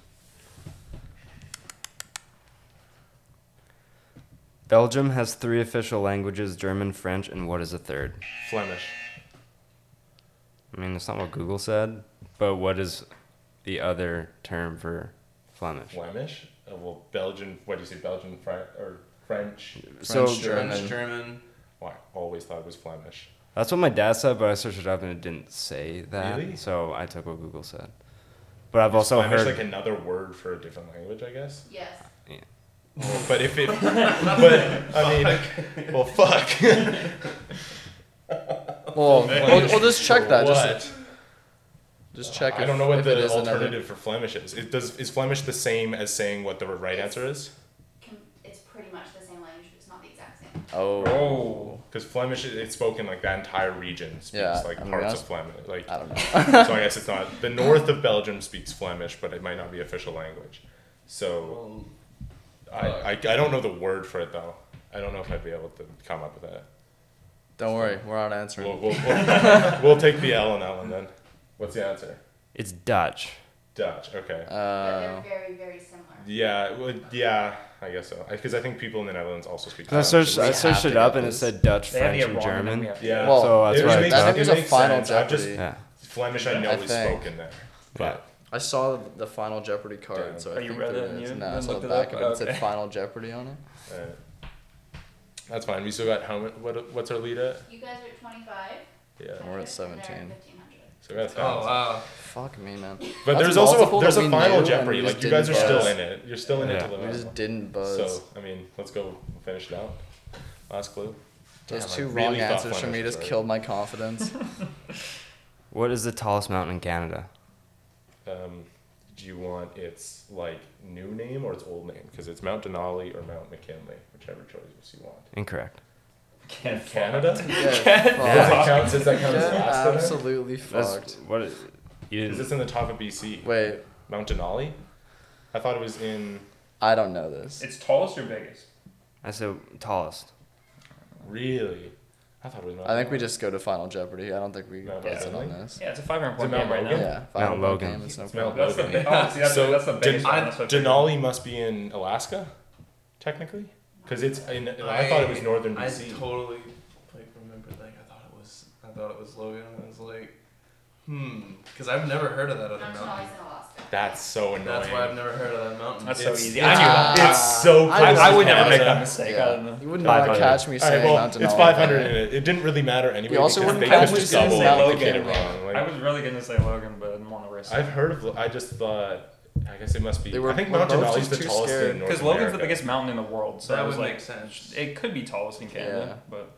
A: Belgium has three official languages: German, French, and what is a third?
F: Flemish.
A: I mean, it's not what Google said, but what is the other term for Flemish?
F: Flemish. Uh, well, Belgian. What do you say? Belgian, French, or French?
A: so
D: German.
G: French, German.
F: Well, I always thought it was Flemish.
A: that's what my dad said, but I searched it up and it didn't say that.
F: Really?
A: So I took what Google said. But I've also
F: Flemish
A: heard
F: like another word for a different language, I guess.
H: Yes.
F: but if it, but I mean, well, fuck.
D: Well, we'll, we'll just check that. Just,
F: What?
D: just check.
F: I
D: if-
F: don't know what
D: if it
F: the
D: is another-
F: alternative for Flemish is. It does is Flemish the same as saying what the right answer is?
H: Com- it's pretty much the same language, but it's not the exact same.
D: Oh,
E: Oh.
F: Because Flemish is it's spoken like that entire region speaks
D: Yeah,
F: like
D: I mean,
F: parts
D: that's-
F: of Flemish. Like
D: I don't know.
F: so, I guess it's not the north of Belgium speaks Flemish, but it might not be official language. So
E: Well,
F: I, I I don't know the word for it though. I don't know if I'd be able to come up with that.
D: Don't worry, we're not
F: We'll,
D: answering.
F: we'll, we'll, we'll take the L on that one then. What's the answer?
A: it's Dutch.
F: Dutch. Okay.
H: but
D: Uh,
H: they're very, very similar.
F: Yeah, well, yeah, I guess so. Because I think people in the Netherlands also speak.
A: 'Cause I
F: Dutch.
A: searched,
D: we
A: I
D: have
A: searched
D: to
A: it
D: get
A: up and it
D: this.
A: said Dutch,
E: they have to
A: French,
E: get
A: and
E: wrong, and then
A: German.
E: we have to-
F: Yeah.
D: Well,
A: So that's
F: It
A: what I
F: makes-
A: thought.
D: I think there's
F: it
D: a
F: makes
D: final
F: sense. I'm just-
D: Jeopardy.
A: Yeah.
F: Flemish, I know
D: I
F: is
D: think.
F: spoken there, but
D: I saw the Final Jeopardy card,
F: Damn.
D: so I
E: Oh, you
D: think
E: read
D: there
E: it and
D: is.
E: you
D: No, I
E: then
D: saw
E: looked
D: the
E: it
D: back
E: up?
D: of it. It said
E: Okay.
D: Final Jeopardy on it.
F: uh, that's fine. We still got how much? What, what's our lead at?
H: You guys are 25.
F: Yeah,
D: We're at
H: and they're
D: 17.
H: 1500.
F: so we got a
G: Oh
F: thousand.
G: wow.
D: Fuck me, man.
F: But
D: That's
F: there's also
D: multiple
F: a, there's
D: that
F: a
D: we
F: final
D: knew
F: Jeopardy.
D: and we
F: Like
D: just
F: you guys are
D: didn't
F: still
D: buzz.
F: in it. You're still in it
A: Yeah.
F: to the
D: We just
F: last.
D: didn't buzz.
F: So I mean, let's go finish it out. Last clue.
D: Those
F: Damn, I
D: two
F: really
D: wrong
F: thought
D: answers for
F: Flemish
D: me
F: was
D: just
F: right.
D: killed my confidence.
A: What is the tallest mountain in Canada?
F: Um, do you want its like new name or its old name? Because it's Mount Denali or Mount McKinley, whichever choice you want.
A: Incorrect.
E: can't
F: Canada? Does
A: Yeah.
D: yeah, fucked.
F: that count? Does that count as
D: Yeah,
F: Alaska? then?
D: absolutely
A: That's
D: fucked.
A: what it, you
F: Is this in the top of BC?
D: Wait,
F: Mount Denali? I thought it was in
D: I don't know this.
E: It's tallest or biggest?
A: I said tallest.
F: really. I thought it was. Mount
D: I think we
F: Denali.
D: just go to Final Jeopardy. I don't think we
F: Mount
D: buzzed it on
F: Logan?
D: this.
E: Yeah, it's a 500 point
F: Mount
E: game right
F: Logan?
E: now.
D: Yeah, Final
A: Logan.
D: Game, it's no
F: It's Mount
D: problem.
E: That's the,
F: Logan.
E: big, oh, see, that's,
F: so
E: that's the biggest
F: Den-
E: one. That's what
F: Denali must be in Alaska, technically, because it's in. I, thought it was northern BC.
G: I totally like remembered like I thought it was I thought it was Logan. and I was like, hmm, because I've never heard of that other
H: Mount
G: mountain.
H: Denali's in Alaska.
F: That's so annoying.
G: That's why I've never heard of that mountain.
E: That's so
F: It's-
E: easy.
F: it's-
E: I knew that.
D: Ah.
F: it's so.
D: I-
F: close
D: I
F: to
D: would never
E: make that
F: Canada.
E: mistake. I don't
D: Yeah.
E: know.
D: You would not
A: 500.
D: catch me
F: All right,
D: saying
F: well,
D: Mount
F: it's
D: Denali.
F: 500 in it. It didn't really matter anyway.
D: We also
F: because
D: wouldn't
F: they
D: count
F: could just
D: Wisconsin
F: double
D: as
F: if they
E: Logan.
F: get it wrong. Like,
E: I was really gonna say Logan, but I didn't want to risk.
F: I've heard of. Lo- I just thought. I guess it must be.
D: They were-
F: I think
D: we're
F: Mount
D: both
F: Denali's
D: just
F: the
D: too
F: tallest
D: scared.
F: in North
E: Because Logan's the
F: America.
E: biggest mountain in the world, so
G: that
E: I
G: would
E: was
G: make
E: like,
G: sense.
E: it could be tallest in Canada, but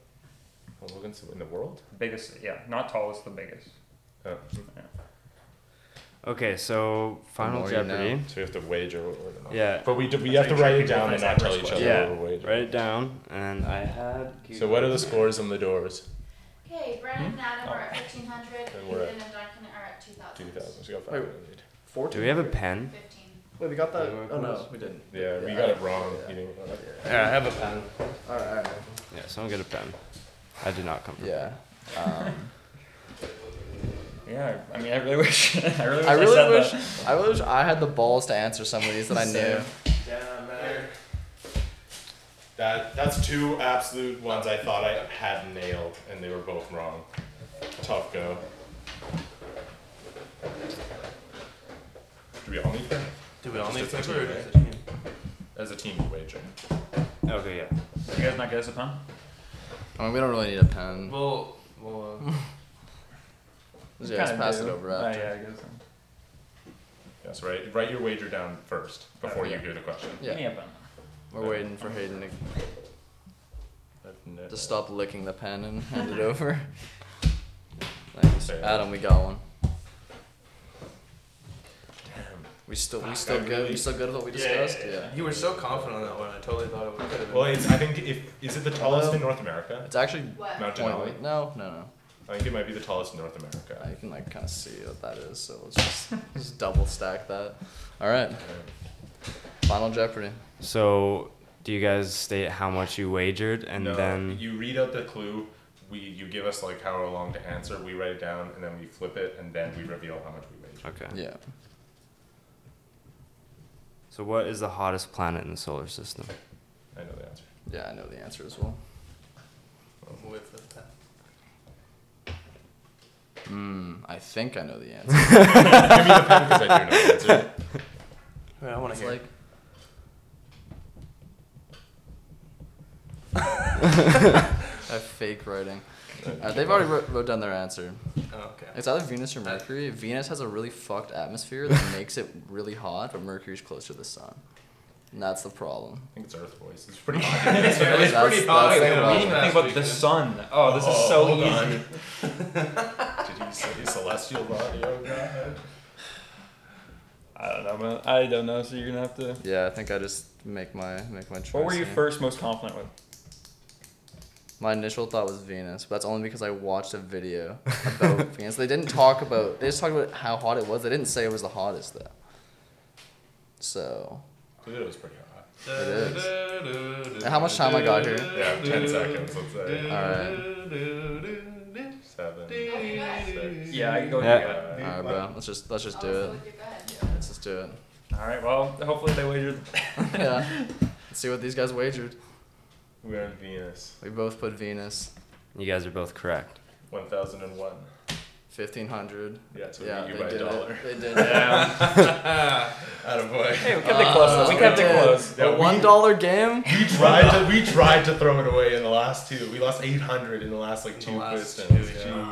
F: Well, Oh, Logan's in the world.
E: biggest, yeah, not tallest, the biggest.
F: Oh.
A: Okay, so Final
D: more you know.
A: Jeopardy.
F: So we have to wager what we're not.
A: Yeah.
F: But we do, we
E: That's
F: have
E: like
F: to write it
E: tricky
F: down and
E: difference
F: not
E: at
F: tell
E: first
F: each other
E: question.
A: Yeah.
F: what we're wagering.
A: Write it down, and I had.
F: Oh, So what are the scores on the doors?
H: Okay, Brennan and Adam are at 1500.
F: Hmm? Oh. And we're
H: Ethan
F: at
H: and Duncan are at 2000.
F: Two thousand. So we got
D: Wait.
F: five. hundred.
A: Do we have a pen?
H: 15.
D: Wait, we got
A: that- oh, no,
D: we didn't.
F: Yeah, we
D: Yeah.
F: got it wrong.
D: Yeah.
F: You didn't-
A: Yeah, I have a pen.
D: All right, all right.
A: Yeah, someone get a pen. I did not come. prepared.
D: Yeah. Um,
E: Yeah, I mean, I really wish. I really wish.
D: I
E: said
D: really wish.
E: That.
D: I really wish I had the balls to answer some of these that I knew.
F: That that's two absolute ones I thought I had nailed, and they were both wrong. Tough go. Do we all need that?
G: Do we all need
F: Just a
G: paper
F: team,
G: or
F: right?
G: just a team?
F: As a team wager.
A: Okay, yeah.
E: You guys not get us a pen?
D: I mean, we don't really need a pen.
G: Well, well, uh,
D: Yeah, just
E: Kinda
D: pass it
E: do.
D: over
E: Oh,
D: after.
E: yeah, I guess. so.
F: Yes, right. Write your wager down first before you hear the question.
D: Yeah.
E: Give me a pen.
D: We're waiting for Hayden to,
F: I've ne-
D: to stop licking the pen and hand it over. Thanks,
F: Fair
D: Adam. We got one.
F: Damn.
D: We still we
F: Fuck,
D: still
F: I
D: good.
F: really-
D: We still good with what we
F: Yeah, yeah,
D: discussed. Yeah.
F: yeah.
G: You were so confident on that one. I totally thought it would have been.
F: Well, it's, I think if is it the tallest in North America?
D: It's actually
H: What?
F: Mount
D: point.
F: Denali.
D: no, no, no.
F: I think it might be the tallest in North America.
D: I can like kind of see what that is. So let's just just double stack that. All right. Final Jeopardy.
A: So, do you guys state how much you wagered, and
F: no,
A: then
F: you read out the clue. We you give us like however long to answer. We write it down and then we flip it and then we reveal how much we wager.
A: okay.
D: Yeah.
A: So, what is the hottest planet in the solar system?
F: I know the answer.
D: Yeah, I know the answer as well.
G: With the pen.
D: Hmm. I think I know the answer.
F: give me the pen because I do know the answer.
G: Wait, I want
D: it's
G: to hear.
D: like. I fake writing. Uh, they've already wrote, wrote down their answer.
G: oh, okay.
D: It's either Venus or Mercury. Venus has a really fucked atmosphere that makes it really hot, but Mercury's closer to the sun. And that's the problem.
F: I think it's Earth voice. It's pretty hot.
E: It's pretty
D: That's-
E: hot.
D: that's
E: Wait,
D: the
E: wait, wait, we didn't
D: problem.
E: even think about the sun. Oh, this is
F: Oh,
E: so
F: hold
E: easy.
F: Did you say celestial body? Oh god.
E: I don't know, man. I don't know. So you're gonna have to.
D: Yeah, I think I just make my make my choice.
E: What were you
D: here.
E: first most confident with?
D: My initial thought was Venus, but that's only because I watched a video about Venus. They didn't talk about. They just talked about how hot it was. They didn't say it was the hottest though. So,
F: Pluto's pretty hot.
D: and how much time I got here?
F: Yeah, ten seconds. Let's say
D: All right,
F: seven. six,
E: Yeah, I can go with
A: Yeah.
E: you.
F: uh,
D: all right, bro. Let's just let's just do it.
H: With your gut.
D: Let's just do it.
E: All right. Well, hopefully they wagered.
D: Yeah. Let's see what these guys wagered.
F: We're on Venus.
D: We both put Venus.
A: You guys are both correct.
F: One thousand and one.
D: Fifteen hundred.
F: Yeah, so
D: Yeah,
F: we beat
D: they
F: you by a
D: did
F: dollar.
D: it. They did.
E: Yeah.
D: it.
E: Hey, we kept it close. though. we kept it
D: Uh,
E: close.
F: Yeah,
D: A
F: we-
D: one dollar game.
F: We tried to we tried to throw it away in the last two. We lost eight hundred in the last like two
G: last
F: questions.
G: two,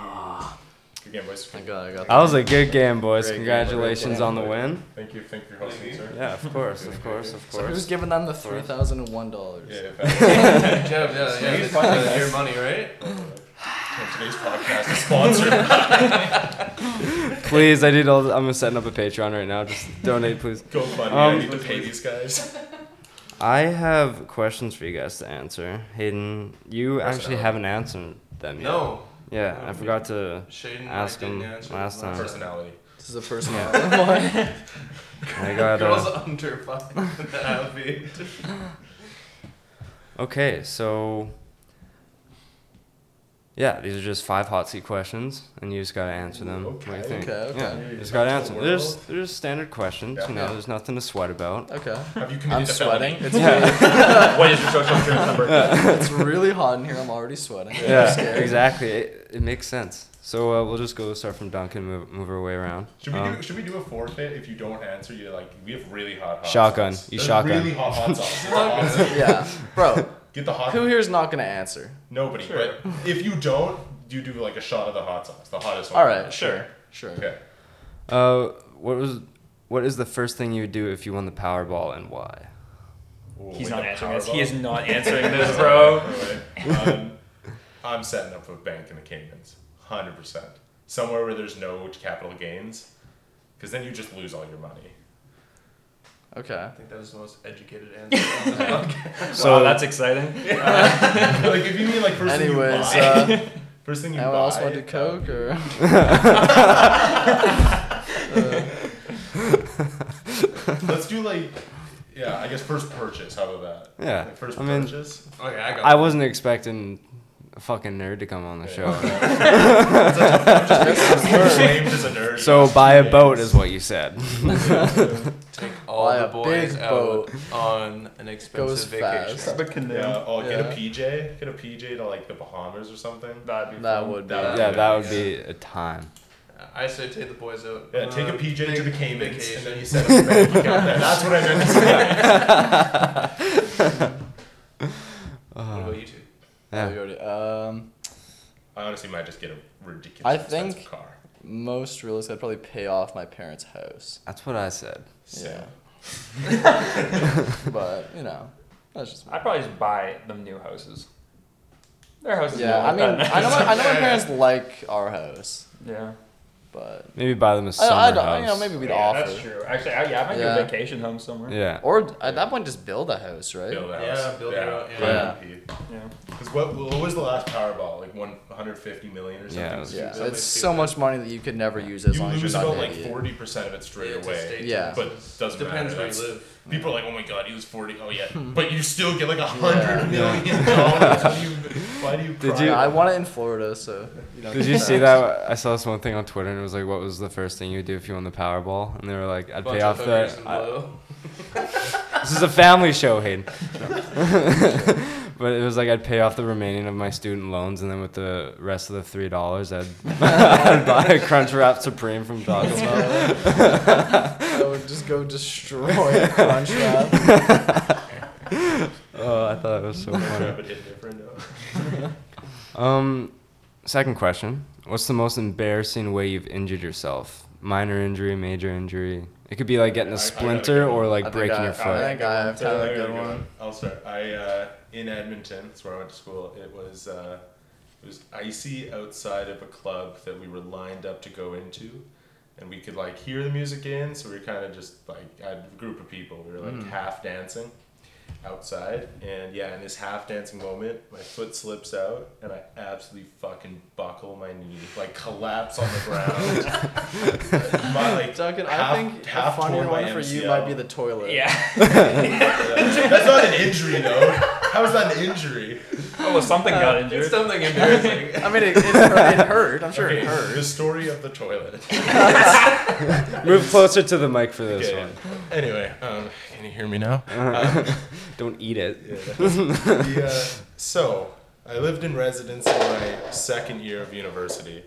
F: Good game, boys.
D: Thank God I got
A: That was a good game, boys.
D: Great game, great
A: Congratulations
D: game.
A: on the win.
F: Thank you. Thank you for hosting,
G: Thank you.
F: sir.
A: Yeah, of course, of course, of
D: So who's
A: course.
D: giving them the three thousand and one dollars?
F: Yeah, in fact,
G: Good job. Yeah, yeah. This is your money, right?
F: today's podcast is sponsored.
A: Please, I need all. I'm gonna setting up a Patreon right now. Just donate, please.
F: Go funny. I
A: Um,
F: need to pay these guys.
A: I have questions for you guys to answer. Hayden, you
F: Press it
A: actually
F: out.
A: haven't answered them yet.
G: No. Um,
A: Yeah, I forgot to.
G: Shaden
A: Ask
G: I didn't
A: him
G: answer
A: last
G: the
A: time.
F: Personality.
D: This is a personal.
A: I got.
G: Girls
A: Uh,
G: under five and a half feet.
A: okay, so. Yeah, these are just five hot seat questions, and you just gotta answer them. what
F: Okay,
A: do you think?
D: okay, okay.
A: Yeah, you just gotta answer. them. They're
F: World.
A: just, they're just standard questions.
F: Yeah.
A: You know, there's nothing to sweat about.
D: Okay.
F: Have you committed
D: I'm
F: a
D: sweating.
F: felony?
D: It's,
A: Yeah,
E: What is your social insurance number?
D: it's really hot in here. I'm already sweating. I'm
A: yeah,
D: scared.
A: exactly. It, it makes sense. So uh, we'll just go start from Duncan, move move our way around.
F: Should we
A: Um,
F: do? Should we do a forfeit if you don't answer? You're like, we have really hot hot
A: Shotgun.
F: sauce.
A: You
F: There's
A: shotgun.
F: Really hot hot sauce. It's awesome.
D: Yeah, bro.
F: Get the hot.
D: Who here's not gonna answer?
F: Nobody. But if you don't, you do like a shot of the hot sauce, the hottest one.
D: All right. Sure. Sure.
F: Okay.
A: Uh, what was what is the first thing you would do if you won the Powerball and why?
F: Ooh,
E: He's
F: win
E: not
F: the
E: answering this.
F: Powerball.
E: He is not answering this, bro.
F: Um, I'm setting up a bank in the Caymans, hundred percent, somewhere where there's no capital gains, because then you just lose all your money.
D: Okay.
G: I think that was the most educated answer.
A: So-
E: wow, that's exciting.
F: like if you mean like first
D: Anyways,
F: thing you buy,
D: uh,
F: first thing you
D: anyone
F: buy. uh,
D: else want to do coke or?
F: Let's do like, yeah, I guess first purchase. How about that?
A: Yeah,
F: Like first
A: I mean-
F: purchase.
G: okay, I got.
A: I wasn't expecting a fucking nerd to come on the show.
F: Claimed as a nerd.
A: So buy a boat is what you said.
G: Take all
D: Buy a
G: the boys
D: big
G: out
D: boat.
G: on an
D: Goes
G: expensive vacation.
D: fast.
F: yeah, oh, get a
D: Yeah.
F: PJ, get a PJ to like the Bahamas or something.
E: That'd be
D: That
E: fun.
D: would be.
F: That-
A: Yeah, that would be a time.
G: I say take the boys out.
F: Yeah, take a
G: on
F: PJ to
G: big
F: the Caymans, and
G: vacation.
F: then you set up a bank account there. That's what I meant to say.
G: What about you two?
D: Oh, you
A: Yeah.
D: already- um,
F: I honestly might just get a ridiculous
D: I
F: expensive
D: think-
F: car.
D: most realistically, I'd probably pay off my parents' house.
A: That's what I said.
F: So
D: But you know, That's just me.
I: I probably just buy them new houses. Their houses.
D: Yeah, I
I: are
D: mean,
I: not that
D: I know,
I: nice.
D: my, I know my parents like our house,
I: yeah.
D: but
A: Maybe buy them a
D: I,
A: summer
D: I don't.
A: house.
D: You know, maybe we'd
E: Yeah,
D: offer.
E: that's true.
I: Actually, I, yeah, I might
D: Yeah.
I: do a vacation home somewhere.
A: Yeah.
D: Or at that point, just build a house, right?
F: Build out.
G: Yeah, build it out, yeah.
I: Yeah.
F: Because what, what was the last Powerball? Like one hundred fifty million or something?
A: Yeah, it was-
D: Yeah,
F: stupid?
D: it's so much money that you could never use as
F: you
D: long as you're
F: lose
D: not
F: about
D: an
F: like
D: idiot.
F: forty percent of it straight
G: Yeah, to
F: away.
G: state
D: Yeah.
F: But
G: taxes.
F: doesn't
G: Depends
F: matter.
G: where you
F: That's-
G: live.
F: People are like, oh my god, he was forty. Oh yeah, but you still get like a hundred million dollars. What do you- Why do you?
A: Did
F: cry?
A: you-
D: Yeah, I want it in Florida, so. You know,
A: Did you see that? I saw this one thing on Twitter, and it was like, "What was the first thing you would do if you won the Powerball?" And they were like, "I'd pay
G: Bunch
A: off
G: of hookers
A: the."
G: and
A: I-
G: blow.
A: this is a family show, Hayden. but it was like I'd pay off the remaining of my student loans, and then with the rest of the three dollars, I'd, I'd buy a Crunchwrap Supreme from Taco Bell.
D: I would just go destroy Crunchwrap.
A: Oh, I thought it was so funny.
F: But it's different, uh,
A: Um, second question: What's the most embarrassing way you've injured yourself? Minor injury, major injury. It could be like getting
F: I-
A: a
F: I gotta
A: splinter
F: go.
A: or like
D: I think
A: breaking
D: I-
A: your
D: I think
A: foot.
D: I have
F: So
D: kind
F: I
D: of a
F: got
D: good one.
F: I'll start. I uh, in Edmonton, that's where I went to school. It was uh, it was icy outside of a club that we were lined up to go into, and we could like hear the music in. So we were kind of just like I had a group of people. We were
D: Hmm.
F: like half dancing outside, and yeah, in this half dancing moment, my foot slips out, and I absolutely fucking buckle my knee, like collapse on the ground. my, like,
D: Duncan, I
F: half-
D: think a
F: half
D: funnier
F: torn my
D: one for you might be
F: MCL.
D: the toilet.
I: Yeah.
F: That's not an injury, though. How is that an injury?
I: Oh, well, something got injured.
G: It's something embarrassing.
D: I mean, it, it, hurt, it hurt. I'm sure it hurt.
F: The story of the toilet.
A: Move closer to the mic for this one. Uh-huh.
F: Anyway, um, can you hear me now?
A: Don't eat it.
F: Uh, The, uh, so, I lived in residence in my second year of university,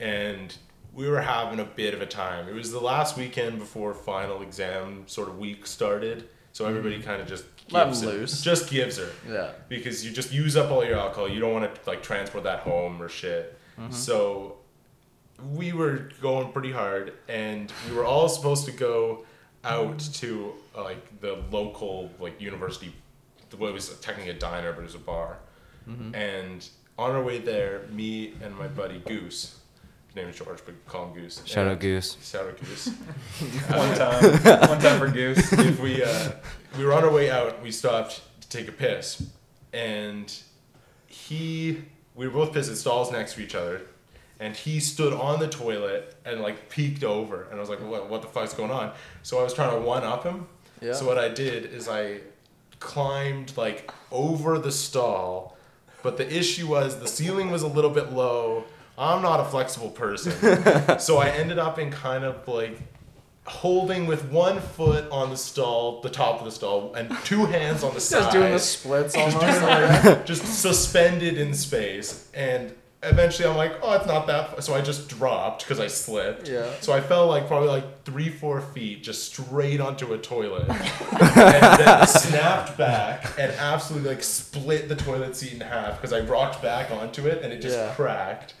F: and we were having a bit of a time. It was the last weekend before final exam sort of week started, so everybody
A: Mm-hmm.
F: kind of just
D: Let 'em
F: gives it-
D: loose.
F: Just gives her.
D: Yeah.
F: because you just use up all your alcohol. You don't want to like transport that home or shit.
A: Mm-hmm.
F: So we were going pretty hard, and we were all supposed to go out
A: Mm-hmm.
F: to uh, like the local like university. What was technically a diner, but it was a bar.
A: Mm-hmm.
F: And on our way there, me and my buddy Goose, his name is George, but call him Goose.
A: Shout out
F: and-
A: Goose.
F: Shout out Goose
I: one time. One time for Goose.
F: if we uh, we were on our way out, we stopped to take a piss, and he we were both pissed at stalls next to each other, and he stood on the toilet and like peeked over, and I was like, what what the fuck's going on? So I was trying to one up him.
D: Yeah.
F: So what I did is I climbed like over the stall, but the issue was the ceiling was a little bit low. I'm not a flexible person. so I ended up in kind of like holding with one foot on the stall, the top of the stall, and two hands on the side.
D: Just doing the splits almost.
F: just suspended in space. And eventually I'm like, oh, it's not that. Far. So I just dropped because I slipped.
D: Yeah.
F: So I fell like probably like three, four feet just straight onto a toilet. and then snapped back and absolutely like split the toilet seat in half because I rocked back onto it and it just
D: Yeah.
F: cracked.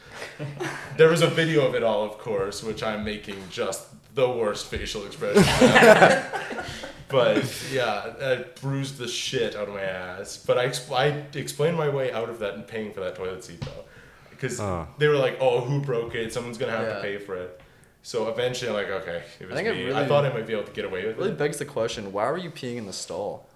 F: There was a video of it all, of course, which I'm making just the worst facial expression. ever. but yeah, I bruised the shit out of my ass. But I, expl- I explained my way out of that and paying for that toilet seat though, because
A: Oh.
F: they were like, "Oh, who broke it? Someone's gonna have
D: Yeah.
F: to pay for it." So eventually, I'm like, okay, it was
D: think it
F: me.
D: really-
F: I thought I might be able to get away with
D: really
F: it.
D: begs the question: Why were you peeing in the stall?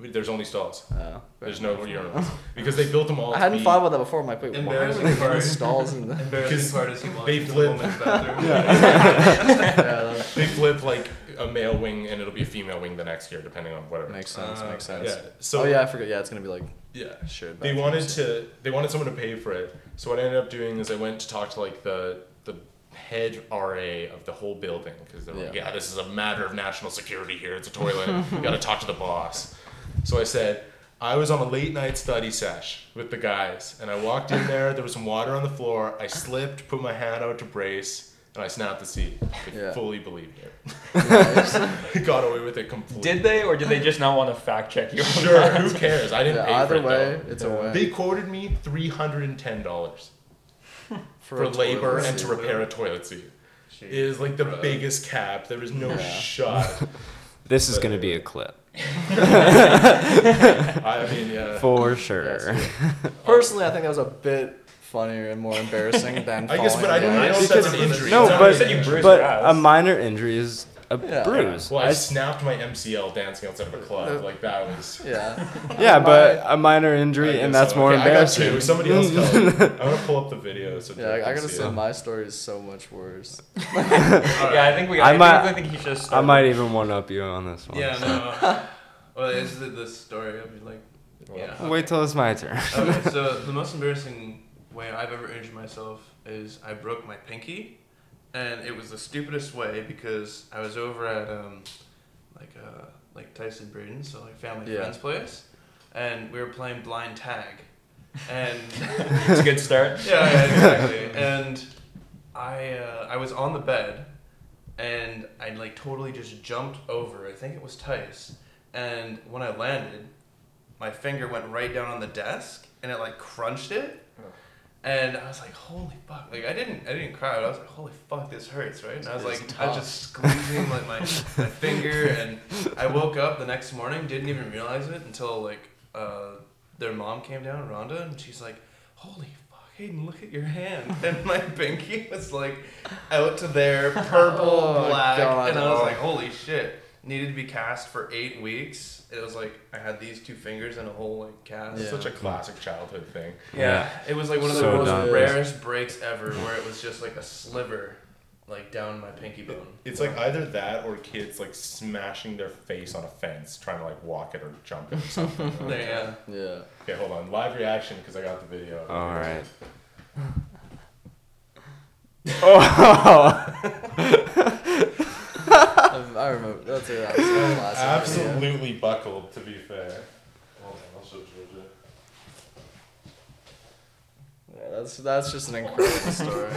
F: There's only stalls.
D: Oh.
F: There's no urinals because they built them all.
D: I
F: to
D: hadn't
F: be-
D: thought about that before. I'm like, wait, why are we
G: Embarrassing
D: peeing in the
G: part.
D: stalls in the?
F: Because
G: Embarrassing part is you walk
F: they
G: into a
F: flip.
G: woman's bathroom.
D: Yeah,
F: They flip like a male wing and it'll be a female wing the next year, depending on whatever.
D: that makes sense.
G: Uh,
D: makes sense.
F: yeah. So
D: oh yeah, I forgot. Yeah, it's gonna be like
F: yeah.
D: shared.
F: They
D: bathroom.
F: wanted to. They wanted someone to pay for it. So what I ended up doing is I went to talk to like the the head RA of the whole building because they're like,
D: Yeah.
F: yeah, this is a matter of national security here. It's a toilet. you got to talk to the boss. So I said, I was on a late night study sesh with the guys, and I walked in there. There was some water on the floor. I slipped, put my hand out to brace. And I snapped the seat. They
D: Yeah.
F: fully believed it. Got away with it completely.
I: Did they, or did they just not want to fact check you?
F: Sure, who cares? I didn't
D: Yeah,
F: pay
D: either
F: for it.
D: way,
F: though.
D: it's a win.
F: They quoted me three hundred and ten dollars for
D: a
F: labor
D: toilet
F: and to
D: seat.
F: repair a toilet seat. It is like the biggest cap. There is no shot.
A: This is gonna be a clip.
F: I mean, yeah.
A: For sure.
D: Personally, I think that was a bit funnier and more embarrassing than.
F: I guess,
D: falling
F: but I didn't.
D: down.
F: I don't
G: Because-
F: that's an injury.
G: No,
F: It's not-
G: but-
F: you said you bruised your
A: But
F: ass.
A: a minor injury is a
D: Yeah.
A: bruise.
F: Well, I,
A: I s-
F: snapped my MCL dancing outside of a club. Like that was.
D: Yeah.
A: yeah, but a minor injury,
F: I
A: and
F: guess
A: that's
F: so.
A: more
F: Okay, I got
A: embarrassing.
F: two. Somebody else. got it. I'm gonna pull up the video. So
D: Yeah, I, I gotta say
F: say
D: my story is so much worse.
I: Yeah, I think we.
A: I
I: I,
A: might-
I: think, I think he should.
A: I
I: start.
A: might even one up you on this one.
G: Yeah, no. well, it's the, the story. I mean, like, yeah. okay.
A: Wait till it's my turn.
G: okay, so the most embarrassing way I've ever injured myself is I broke my pinky, and it was the stupidest way because I was over at um, like uh, like Tyson Braden, so like family
D: Yeah.
G: friend's place, and we were playing blind tag, and
I: It's a good start.
G: yeah, yeah, exactly. and I uh, I was on the bed, and I like totally just jumped over. I think it was Tice, and when I landed, my finger went right down on the desk, and it like crunched it. And I was like, "Holy fuck!" Like I didn't, I didn't cry. But I was like, "Holy fuck, this hurts!" Right? And I was
D: It's
G: like, I was just squeezing like my, my finger, and I woke up the next morning, didn't even realize it until like uh, their mom came down, Rhonda, and she's like, "Holy fuck, Hayden, look at your hand!" And my pinky was like out to there, purple,
D: Oh,
G: black,
D: God.
G: and I was like, "Holy shit!" Needed to be cast for eight weeks. It was like I had these two fingers and a whole like cast.
D: Yeah.
F: Such a classic childhood thing.
G: Yeah, it was like one of the
A: So
G: most
A: dumb.
G: rarest breaks ever, where it was just like a sliver, like down my pinky bone.
F: It's like either that or kids like smashing their face on a fence trying to like walk it or jump it or something.
G: There, yeah.
D: Yeah.
F: okay, hold on. Live reaction because I got the video.
A: All right. oh,
D: I, I remember. That's a that's a classic. video.
F: Absolutely buckled, to be fair. Hold on, I'll show Georgia.
D: Yeah, that's that's just an incredible story.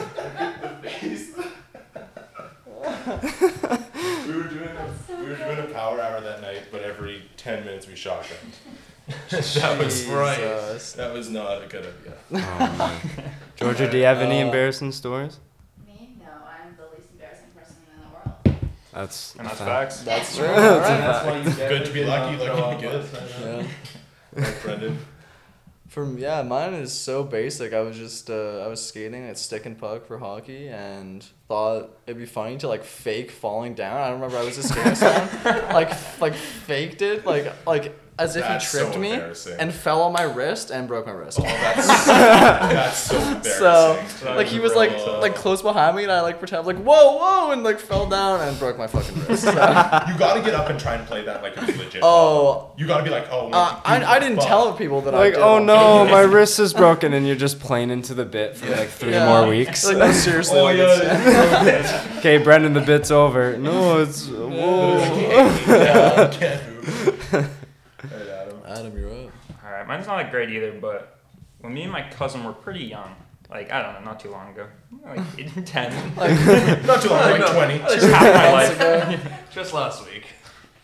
F: We were doing a, we were doing a power hour that night, but every ten minutes we shotgunned. that was
D: Jesus.
F: That was not a good idea.
A: Georgia, do you have any
D: Uh,
A: embarrassing stories?
H: Me? No, I'm the least embarrassing person in the world.
A: That's
I: And that's facts.
D: That's true.
F: Good to be lucky, lucky to be good.
D: Yeah.
F: Like Brendan.
D: From yeah, mine is so basic. I was just uh, I was skating at stick and puck for hockey and thought it'd be funny to like fake falling down. I remember I was just skating with someone, like f- like faked it like like as if
F: That's
D: he
F: so
D: tripped me
F: embarrassing.
D: and fell on my wrist and broke my wrist.
F: Oh, That's so
D: So
F: embarrassing.
D: like he was like like close behind me and I like pretend like whoa whoa and like fell down and broke my fucking wrist. So,
F: you gotta get up and try and play that like it's legit.
D: oh,
F: You gotta be like, oh.
D: uh, I I didn't tell people that I
A: like,
D: did
A: oh
D: it.
A: no, my wrist is broken, and you're just playing into the bit for like three
D: Yeah.
A: more weeks.
D: Like no, seriously.
F: Oh
D: like,
F: yeah.
D: it's-
A: Okay, Brendan, the bit's over. No, it's whoa.
F: yeah, can't move. Hey, Adam.
D: Adam, you're up.
I: All right, mine's not that great either, but when me and my cousin were pretty young, like I don't know, not too long ago, like eight and ten,
F: Not too long, like
G: no.
F: twenty.
I: just half my life.
G: Just last week.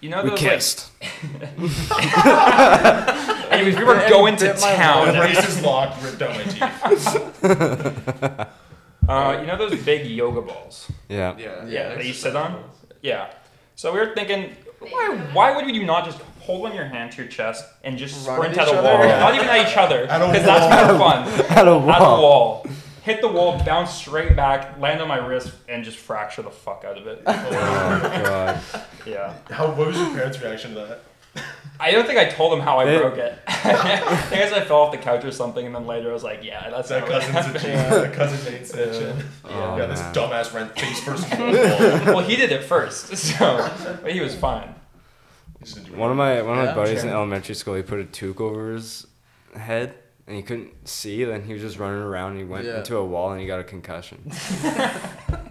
I: You know
A: We
I: those
A: kissed.
I: like, anyways, we were going to
D: bit my
I: town.
F: The race is locked. Ripped out my teeth.
I: Uh, you know those big yoga balls?
A: Yeah.
G: Yeah.
I: Yeah, that you
G: exercise
I: sit on?
G: balls.
I: Yeah. So we were thinking, why, why would you not just hold on your hand to your chest and just
D: Run
I: sprint
D: at
I: at,
D: each
I: a
D: other?
I: wall?
D: Yeah.
I: Not even at each other,
F: At a
I: because that's more fun.
A: At a
I: At the
A: wall.
I: wall, hit the wall, bounce straight back, land on my wrist, and just fracture the fuck out of it.
A: Oh god.
I: Yeah.
F: How? What was your parents' reaction to that?
I: I don't think I told him how I
A: It-
I: broke it. I guess I fell off the couch or something, and then later I was like, Oh, yeah, that's
F: That
I: not what
F: cousin's a
I: happened.
F: genius. That cousin Nate snitching.
A: Oh,
F: yeah, this
A: man.
F: dumbass ran face first into the wall.
I: Well, he did it first, so but he was fine.
F: He just didn't do
A: One of my one of my
D: Yeah,
A: buddies
D: sure.
A: in elementary school, he put a toque over his head, and he couldn't see. Then he was just running around, and he went
D: Yeah.
A: into a wall, and he got a concussion.
I: Kids are
A: Yeah,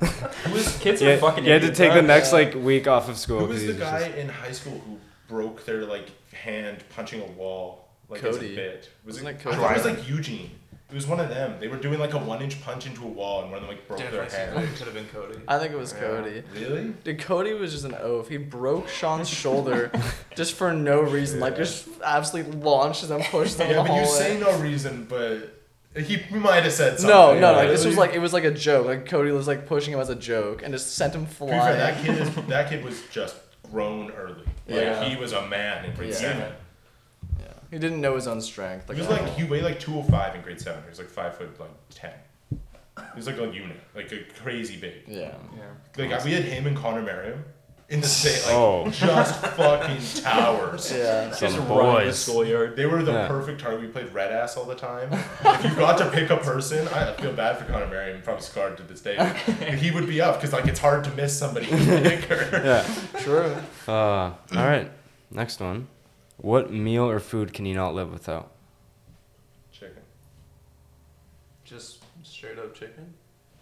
I: fucking
A: you had Oh, to
I: idiots,
A: take
I: huh?
A: the next like week off of school.
F: Who was
A: 'cause
F: the
A: he was
F: guy in high school who broke their like hand punching a wall like as
D: Cody.
F: a bit? Was
D: Wasn't
F: it,
D: it Cody?
F: I thought it was like Eugene. It was one of them. They were doing like a one inch punch into a wall, and one of them like broke
G: Definitely
F: their
G: seems like
F: hand.
G: it could have been Cody.
D: I think it was Cody.
F: Really?
D: Dude, Cody was just an oaf. He broke Sean's shoulder just for no reason. Like, just absolutely launched them, pushed them
F: Yeah,
D: in the
F: but you
D: hallway.
F: say no reason, but he might have said something.
D: no, no, like
F: right?
D: this was like it was like a joke. Like Cody was like pushing him as a joke and just sent him
F: To be fair, that
D: flying.
F: kid is that kid was just grown early. Like
D: Yeah.
F: he was a man in grade
D: Yeah.
F: seven.
D: Yeah. He didn't know his own strength. Like,
F: he was
D: I don't
F: like
D: know.
F: he weighed like two oh five in grade seven. He was like five foot like ten. He was like a unit, like a crazy big.
D: Yeah.
I: Yeah.
F: Like we had him and Connor Merriam in the state, like
A: Oh.
F: just fucking towers.
D: Yeah.
I: Just
A: Some
I: run the
A: boys.
I: schoolyard.
F: They were the
A: Yeah.
F: perfect target. We played red ass all the time. if you got to pick a person, I feel bad for Connor Merriam, probably scarred to this day. but he would be up because like it's hard to miss somebody. with a kicker.
A: Yeah.
D: True.
A: Uh, all right. Next one. What meal or food can you not live without?
F: Chicken.
G: Just straight up chicken.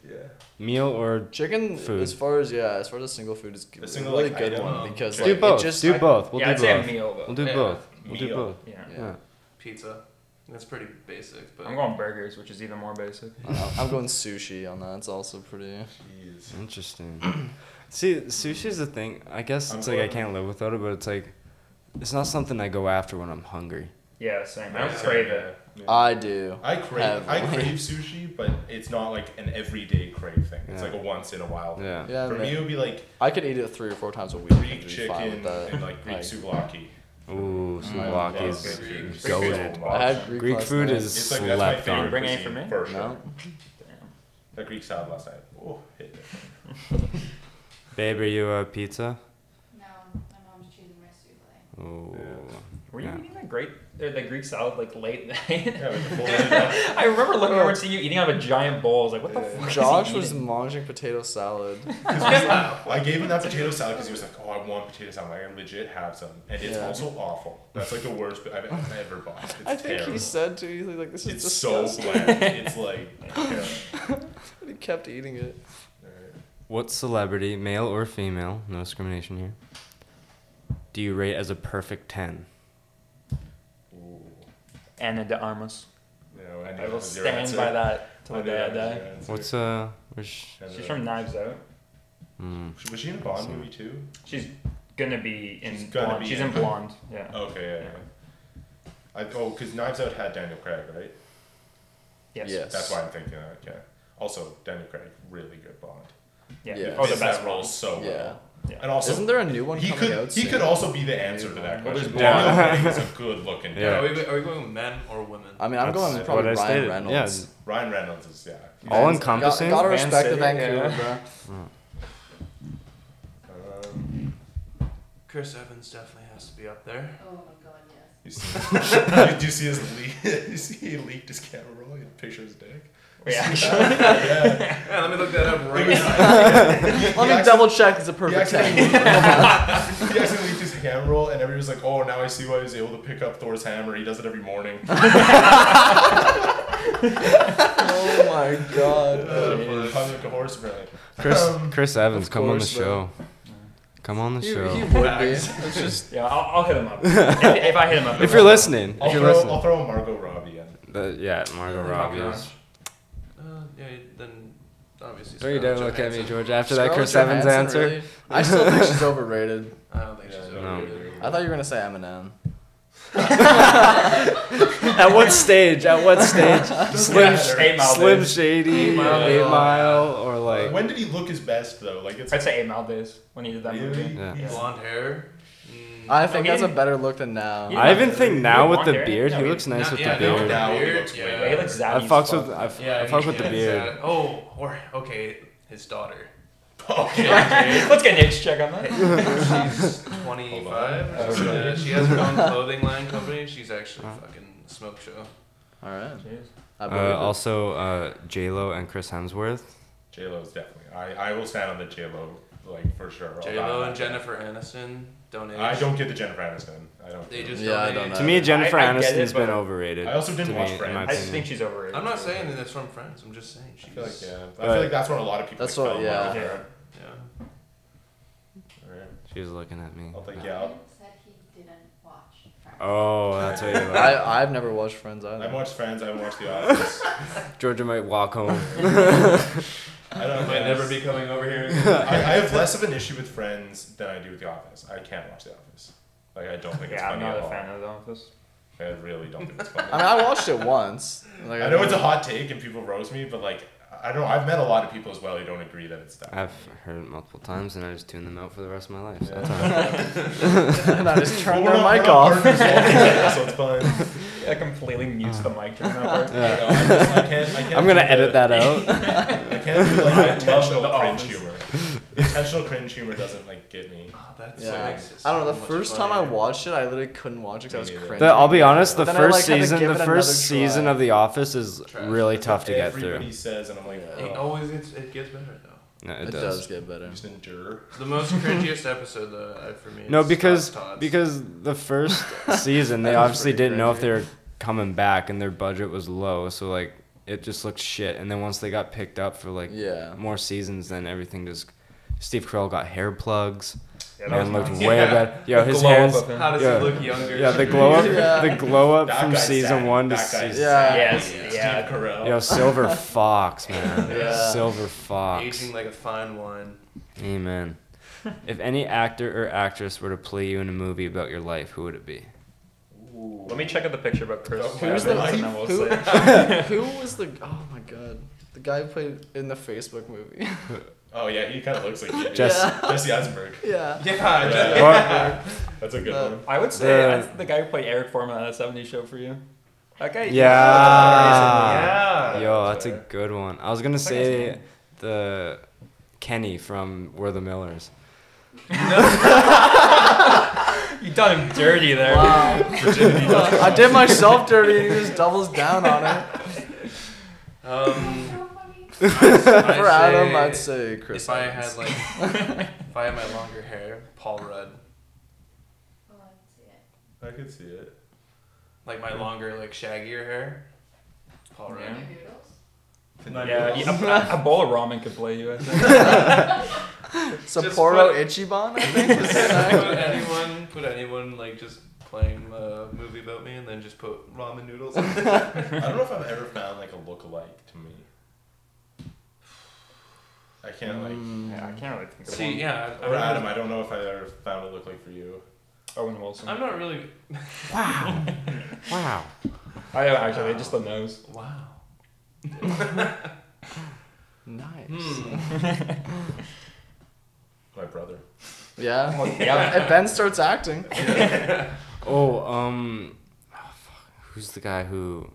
F: Yeah.
A: Meal or
D: Chicken,
A: Food.
D: as far as yeah, as far as a single food is
F: A
D: a
F: single,
D: really
F: like,
D: good
F: item.
D: one because
A: do
D: like
A: both.
D: it just
A: do
D: I-
A: both. We'll
I: yeah, I'd
A: do
I: say a
A: both.
I: meal though.
A: We'll do
G: Yeah.
A: both. We'll do
F: Meal.
A: both.
I: Yeah.
D: Yeah.
A: Yeah.
G: Pizza. That's pretty basic, but
I: I'm going burgers, which is even more basic.
A: Mm-hmm.
D: I'm- I'm going sushi on that. It's also pretty.
F: Jeez.
A: Interesting. See, sushi's the thing. I guess
F: I'm
A: it's like I
F: glad-
A: can't live without it, but it's like it's not something I go after when I'm hungry.
I: Yeah, same. I
F: Yeah.
I: don't crave it.
F: Yeah.
D: I do.
F: I crave I
D: Heavily.
F: crave sushi, but it's not like an everyday crave thing. It's
A: Yeah.
F: like a once in a while. thing.
A: Yeah.
D: Yeah,
F: For me, it
D: man.
F: would be like
D: I could eat it three or four times a week.
F: Greek
D: and be fine with
F: chicken
D: that.
F: and like Greek souvlaki.
A: Ooh,
F: I
A: souvlaki
F: love
A: is
F: Greek food so
A: goaded.
F: much.
D: I had Greek,
A: Greek
D: last
A: food
D: night.
A: is
F: It's like that's my
A: slept
F: favorite.
A: on.
I: Bring any
F: cuisine,
I: for me?
F: For sure.
D: no.
I: Damn.
F: That Greek salad last night. Oh, hit it.
A: Babe, are you a pizza?
H: No, my mom's choosing rice souffle.
A: Ooh.
I: Were you
A: Yeah.
I: eating that great or that Greek salad like late night?
F: Yeah, with the full-
I: I remember looking over to you eating out of a giant bowl. I was like, what the fuck? is he
D: Josh was
I: eating?
D: munching potato salad.
F: 'cause he's like- I gave him that potato salad because he was like, "Oh, I want potato salad. Like, I legit have some, and it's
D: Yeah.
F: also awful. That's like the worst I've ever bought. It's
D: I think
F: terrible.
D: he said to you like this is
F: it's so
D: disgusting.
F: bland. It's like yeah.
D: But he kept eating it.
A: What celebrity, male or female, no discrimination here, do you rate as a perfect 10?
F: Ooh.
I: Anna de Armas.
F: No, I, knew
I: I
F: that
I: will
F: was your
I: stand
F: answer.
I: by that till
F: I
I: the
F: knew
I: day I
F: that was your
I: die.
F: answer.
A: What's, uh, which,
F: I knew
I: She's
F: that.
I: from Knives Out.
A: mm,
F: Was she in a Bond movie too?
I: She's gonna be in
F: She's gonna
I: blonde.
F: be
I: She's
F: in- Oh.
I: in blonde. Yeah.
F: Okay, yeah, yeah. I, oh, because Knives Out had Daniel Craig, right?
I: Yes.
D: Yes.
F: That's why I'm thinking that. Okay. Also, Daniel Craig, really good Bond.
I: Yeah.
D: Yeah.
I: Oh, the
F: Fits
I: best
F: that role
I: role.
F: so
D: Yeah.
F: well.
I: Yeah.
F: And also,
D: Isn't there a new one
F: he
D: coming
F: could
D: out
F: he
D: soon?
F: could also be the answer to that
I: Well, there's
F: question.
I: Bond.
F: Daniel Craig is a good looking guy.
A: Yeah.
G: Are, we, are we going men or women?
D: I mean, I'm
A: That's
D: going
A: what
D: probably
A: I
D: Ryan
A: stated, yeah.
D: Reynolds.
F: Ryan Reynolds is yeah.
A: all
D: Got-
A: encompassing?
D: gotta
I: Van
D: respect the
I: City,
D: Vancouver,
I: yeah.
D: bro.
F: Um,
G: Chris Evans definitely has to be up there.
H: Oh my god, yes.
F: you see, did you see his leak? you see he leaked his camera roll. He had a picture of his dick.
I: Yeah.
F: yeah.
G: Yeah, let me look that up right
F: It was-
G: now.
D: Let me
F: accident-
D: double check. It's a
F: He
D: perfect ten.
F: accidentally, he accidentally leaked his ham roll, and everybody's like, "Oh, now I see why he was able to pick up Thor's hammer. He does it every morning."
D: Oh my god.
F: Uh, for Hung like a horse, apparently.
A: Chris,
F: Um,
A: Chris Evans,
D: of
A: come on the
D: course,
A: show. Come on the
D: He, he
A: show.
D: would be. It's just
I: Yeah. I'll, I'll hit him up. if, if I hit him up.
A: if you're listening,
F: I'll
A: if you're
F: throw, I'll
A: listening,
F: throw Margot Robbie in.
A: But, yeah, Margot Robbie. is-
G: Uh, yeah, then obviously.
A: Don't you dare
G: Scarlett
A: look at me,
G: Johansson.
A: George. After that,
D: Scarlett
A: Chris Evans
D: Johansson,
A: answer.
D: really? I still think she's overrated.
G: I don't think
F: Yeah,
G: she's
F: no.
G: overrated.
D: I thought you were gonna say Eminem.
A: At what stage? At what stage? Slim,
F: matter.
I: Eight Mile
A: Slim
I: days.
A: Shady, Eight Mile,
G: Mile.
A: or like
F: when did he look his best though? Like it's
I: I'd say eight mile days when he did that
F: really.
I: movie.
A: Yeah.
I: Yeah.
G: Blonde hair. Mm,
D: I think
I: he
D: that's a
I: didn't-
D: better look than now.
I: he
A: I even think
I: Yeah,
A: now with the
I: blonde hair.
A: beard,
I: No,
A: he
I: he-
A: looks nice
G: Mm, Not-
A: with
G: yeah,
A: the beard.
G: No,
F: Now he
G: beard,
F: looks way
G: yeah.
I: Yeah, he looks
A: I
I: zaddy. as
A: fucks
I: fuck.
A: with I, f-
G: Yeah,
A: I fuck with the
G: yeah,
A: beard.
G: exact- Oh, or okay, his daughter.
I: Let's get Nick's check on that.
G: She's 25.
F: Hold on.
G: Uh, she has her own clothing line company. She's actually fucking smoke show.
D: All right. I believe
A: Uh,
D: it.
A: also, uh, J Lo and Chris Hemsworth.
F: J Lo's definitely. I, I will stand on the J Lo like for sure. I'll
G: J
F: buy
G: Lo
F: that.
G: and Jennifer Aniston donate.
F: I don't get the Jennifer Aniston. I don't.
G: They
F: get
G: just
D: Yeah, I
G: donated.
D: don't know.
A: To me,
I: I-
A: Jennifer
I: I get
A: Aniston's
I: it,
A: been
I: but
A: overrated.
F: I also didn't
A: to me,
F: watch
A: in
F: Friends.
A: my
F: I
I: I just
A: opinion.
I: think she's overrated.
G: I'm not saying that it's from Friends. I'm just saying
F: it.
G: she's.
F: I feel like yeah. I
A: Right.
F: feel like that's when a lot of people.
D: That's
F: like,
D: what-
F: fell in love
I: yeah.
F: with her.
G: Yeah.
F: Alright.
A: She's looking at me.
F: I'll take
A: Yeah.
F: yeah. I'll-
H: Ian said he didn't watch Friends.
A: Oh, that's what you're like.
D: I, I've never watched Friends either.
F: I've watched Friends. I've watched The Office.
A: Georgia might walk home.
F: I don't.
G: Might
F: know.
G: never be coming over here.
F: I, I have less of an issue with Friends than I do with The Office. I can't watch The Office. Like I don't think it's
I: Yeah, I'm
F: funny
I: not
F: at
I: a
F: all.
I: fan of The Office.
F: I really don't think it's funny.
D: I mean, I watched it once. Like,
F: I know it's a hot take and people roast me, but like I don't. I've met a lot of people as well who don't agree that it's that.
A: I've heard it multiple times, and I just tune them out for the rest of my life. So
F: Yeah.
A: that's all right.
D: and I just
F: Well,
D: turned
F: we're
D: their
F: not-
D: mic
F: we're not
D: off.
F: partners, so it's fine.
I: I completely mutes the mic during that part.
F: You know, I'm, just, I can't, I can't
A: I'm gonna
F: do the-
A: edit that out.
F: I can't do like the intentional
I: The
F: cringe
I: office.
F: humor. Intentional cringe humor doesn't like get me.
G: Oh, that's what
D: Yeah.
G: makes it
D: I don't know.
G: so
D: The
G: much
D: first time I
G: funnier.
D: watched it, I literally couldn't watch it 'cause
F: Me
D: I was
F: neither.
D: cringing.
A: The, I'll be honest. The
D: But then I,
A: first
D: like, had to
A: season,
D: give
A: the
D: it
A: first
D: another
A: season
D: try.
A: of The Office is
G: Try.
A: really tough to get through.
F: Everybody says, and I'm like,
D: Yeah.
G: It
F: oh,
G: always gets, it gets better though.
A: No,
D: It,
A: it,
D: does.
A: does.
D: get better.
F: just endure.
G: The most cringiest episode though uh, for me.
A: No,
G: is
A: because
G: Scott's Tots.
A: because the first season they
G: That was
A: obviously
G: pretty
A: didn't know if they were coming back, and their budget was low, so like it just looked shit. And then once they got picked up for like
D: Yeah.
A: more seasons, then everything just. Steve Carell got hair plugs.
I: Yeah, that
A: Man
I: was
A: looked
I: nice.
A: way
G: Yeah.
A: better. Yo, his
I: Glow up
A: hair's
I: of him.
G: how does
A: yeah.
G: he look younger?
A: Yeah, the glow up,
D: Yeah.
A: the glow up
F: That
A: from
F: guy's
A: season
F: sad.
A: one to
F: That guy's
A: season.
D: Yeah.
I: Yes,
F: Steve
I: yeah.
F: Carell.
A: Yo, Silver Fox, man.
D: Yeah.
A: Silver Fox.
G: Aging like a fine wine.
A: Amen. If any actor or actress were to play you in a movie about your life, who would it be?
F: Ooh.
I: Let me check out the picture book first.
D: Who's the
I: and then we'll
D: who,
I: see.
D: who was the oh my god the guy who played in the Facebook movie?
F: Oh yeah, he kind of looks like you.
A: Jesse-
F: Jesse Eisenberg.
D: yeah.
G: Yeah,
F: Yeah.
A: Or-
F: That's a good
D: Uh,
F: one.
I: I would say
A: The-
I: that's the guy who played Eric Foreman on that 70s show for you. That guy.
A: Yeah.
G: yeah.
A: Yo, that's a good one. I was gonna say the Kenny from We're the Millers.
I: You done him dirty there.
D: I did myself dirty. and He just doubles down on it.
G: Um,
H: So funny.
G: I
D: For Adam, I'd
G: say
D: say Chris.
G: if I
D: Evans.
G: had like, if I had my longer hair, Paul Rudd,
H: Oh, let's see it.
F: I could see it.
G: like my longer, like shaggier hair, Paul Rudd.
I: Yeah.
H: Noodles.
I: Yeah, yeah, a, a bowl of ramen could play you. I think.
D: Sapporo
G: put-
D: Ichiban, I think. was the guy.
G: put anyone, put anyone like just playing a movie about me, and then just put ramen noodles.
F: I don't know if I've ever found like a look-alike to me. I can't like.
I: Yeah, I can't really think of one.
G: See, yeah, I,
F: Or
G: I
F: Adam, I don't know if I ever found a look-alike for you.
I: Owen Wilson.
G: I'm not really.
A: Wow.
I: I don't actually, just the nose.
G: Wow.
D: Nice.
A: Hmm.
F: My brother.
D: Yeah.
I: yeah.
D: If Ben starts acting,
A: Oh, um, oh, fuck. who's the guy who?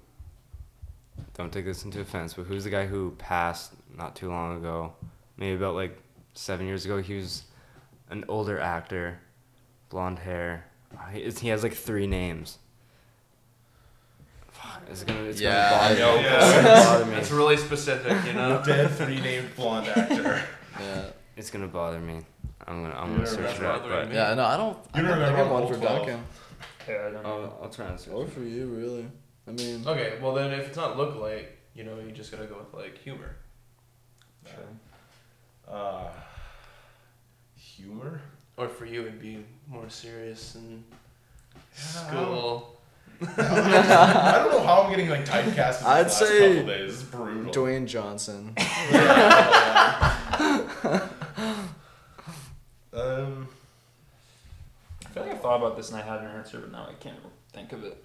A: Don't take this into offense, but who's the guy who passed not too long ago? Maybe about like seven years ago. He was an older actor, blonde hair. Uh, He, is- he has like three names. Fuck, it's gonna, it's
D: Yeah, I
A: gonna bother me.
G: Yeah.
A: It's gonna bother me.
G: That's really specific, you know.
F: Dead three-named blonde actor.
D: yeah,
A: It's gonna bother me. I'm gonna, I'm
F: You
A: gonna
F: don't
A: search it
F: remember
A: up,
G: bothering
A: but
G: me?
D: yeah. No, I don't. I
F: You
D: don't think
F: remember
D: I have one
F: all
D: for
F: 12.
D: Duncan.
I: Yeah, I
D: Um,
I: don't know.
A: I'll, I'll try and search.
D: Or for you, really. I mean,
G: Okay, well then, if it's not look like, you know, you just gotta go with like humor.
F: Uh, humor.
G: Or for you, it'd be more serious and
F: Yeah, I
G: school.
F: I don't know how I'm getting like typecast. in
D: I'd
F: the
D: say
F: last couple days. This is brutal.
D: Dwayne Johnson.
F: um,
I: I feel like I thought about this and I had an answer, but now I can't think of it.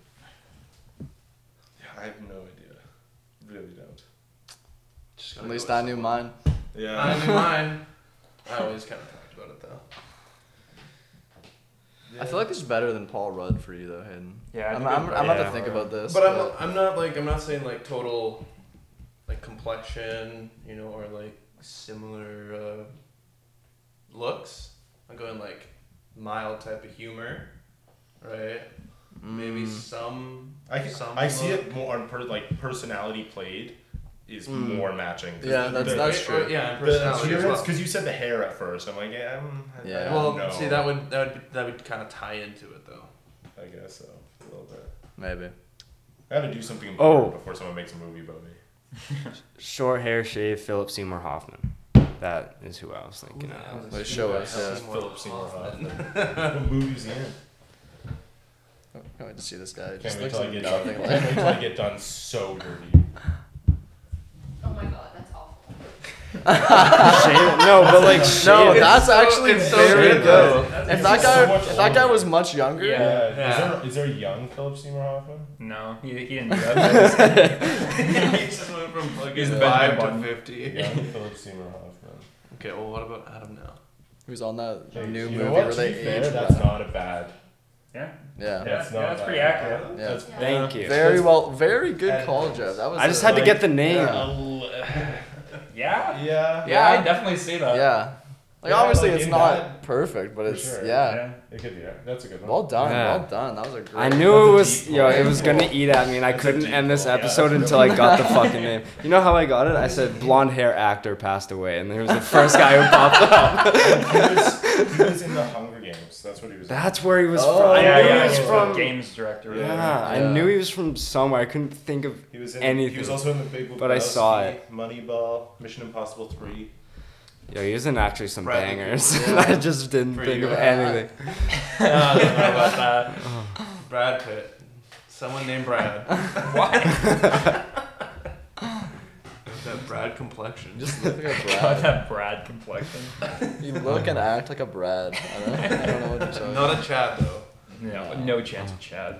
F: yeah, I have no idea. Really don't.
G: Just gotta
D: At
G: go
D: least
G: with
D: I knew mine.
G: something.
F: Yeah.
G: I knew mine. I always kind of talked about it though.
D: I feel like this is better than Paul Rudd for you though, Hayden.
I: Yeah, I
D: I'm.
I: think
D: I'm,
I: it-
D: I'm about
I: yeah.
D: to think about this.
G: But I'm, I'm not like I'm not saying like total, like complexion, you know, or like similar uh, looks. I'm going like mild type of humor, right? Maybe
D: Mm.
G: some.
F: I can,
G: some
F: I see
G: look.
F: it more on per, like personality played is
D: Mm.
F: more matching. 'Cause
D: Yeah,
F: the-
D: that's-
F: the,
D: that's
G: Or- or-
D: true.
G: yeah, and
F: the
G: personality as well.
F: because you Oh, said the hair at first. I'm like, yeah, I'm, I- I
D: Yeah.
F: don't
G: Well,
F: know.
G: see that would that would that would kind of tie into it though.
F: I guess so. A little bit.
D: Maybe.
F: I gotta do something
A: Oh.
F: important before someone makes a movie about me.
A: Short hair, shave, Philip Seymour Hoffman. That is who I was thinking of.
D: They show us.
F: This
D: Yeah.
F: is Philip Seymour Hoffman.
G: Hoffman.
F: what movies he in?
D: I can't wait to see this guy. It
F: Can't
D: just
F: wait
D: looks
F: till I
D: like
F: get done.
D: nothing
F: Can't
D: like.
F: wait till I get done so dirty.
H: Oh my god, that's awful.
A: no, but like
D: No,
A: shave it.
D: that's
G: so-
D: actually
G: it's so
D: very
G: good,
D: good.
G: though.
D: If
F: It's
D: that
F: just
D: guy,
F: so much
D: if that guy
F: older.
D: was much younger,
I: Yeah.
G: Yeah.
F: Is, there, is there a young Philip Seymour Hoffman?
I: No, he, he didn't do that.
G: he just went from fucking
I: He's the best man
G: five to
I: button.
G: fifty.
F: Young Philip Seymour Hoffman.
G: Okay, well, what about Adam now?
D: who's on that
F: Hey,
D: new
F: you know
D: movie
F: what?
D: where
F: To
D: they
F: be fair,
D: age?
F: That's
D: well.
F: not a bad.
I: yeah.
D: Yeah.
I: Yeah,
F: That's not.
I: yeah, that's
F: bad.
I: pretty accurate.
D: Yeah.
F: That's
A: Thank you.
D: Very well, very good
F: And-
D: call, Jeff. That was.
A: I just
D: a-
A: had to get the name.
I: Yeah?
F: Yeah.
I: Yeah, I
D: Yeah.
I: definitely see that.
D: Yeah. Like
F: Yeah,
D: obviously
F: like,
D: it's
F: in
D: not
F: that-
D: perfect, but
F: For
D: it's
F: sure,
D: yeah.
F: It could be. Yeah. That's a good one.
D: Well done,
A: Yeah.
D: well done. That was a great.
A: I knew it
F: a
A: was
F: deep
A: yo,
F: hole.
A: it was gonna eat at me, and I
F: That's a
A: couldn't
F: deep
A: end this
F: hole. Yeah,
A: episode
F: that's
A: until I got the fucking name. You know how I got it? I said blonde hair actor passed away, and he was the first guy who popped up.
F: he, was, he was in the Hunger Games. That's what he was.
A: That's where he was
D: Oh,
A: from. I
I: Yeah,
A: knew
I: yeah,
A: he was
I: he's the
A: from.
I: games director.
A: Yeah,
D: Yeah.
A: I knew he was from somewhere. I couldn't think of
F: in. He was in.
A: anything.
F: He was also in the Big Lebowski,
A: But I saw it.
F: Moneyball, Mission Impossible Three.
A: Yo, he was in actually some
G: Bradley
A: bangers.
D: Cooper.
A: I just didn't
G: For
A: think
G: you,
A: of
G: uh,
A: anything.
I: I don't know about that.
G: Brad Pitt. Someone named Brad. what? that Brad complexion. Just
D: Just look like a
I: God,
D: Brad.
I: that Brad complexion.
D: You look and act like a Brad. I don't, I don't know what you're talking.
G: not a Chad though.
I: No, no chance of Chad.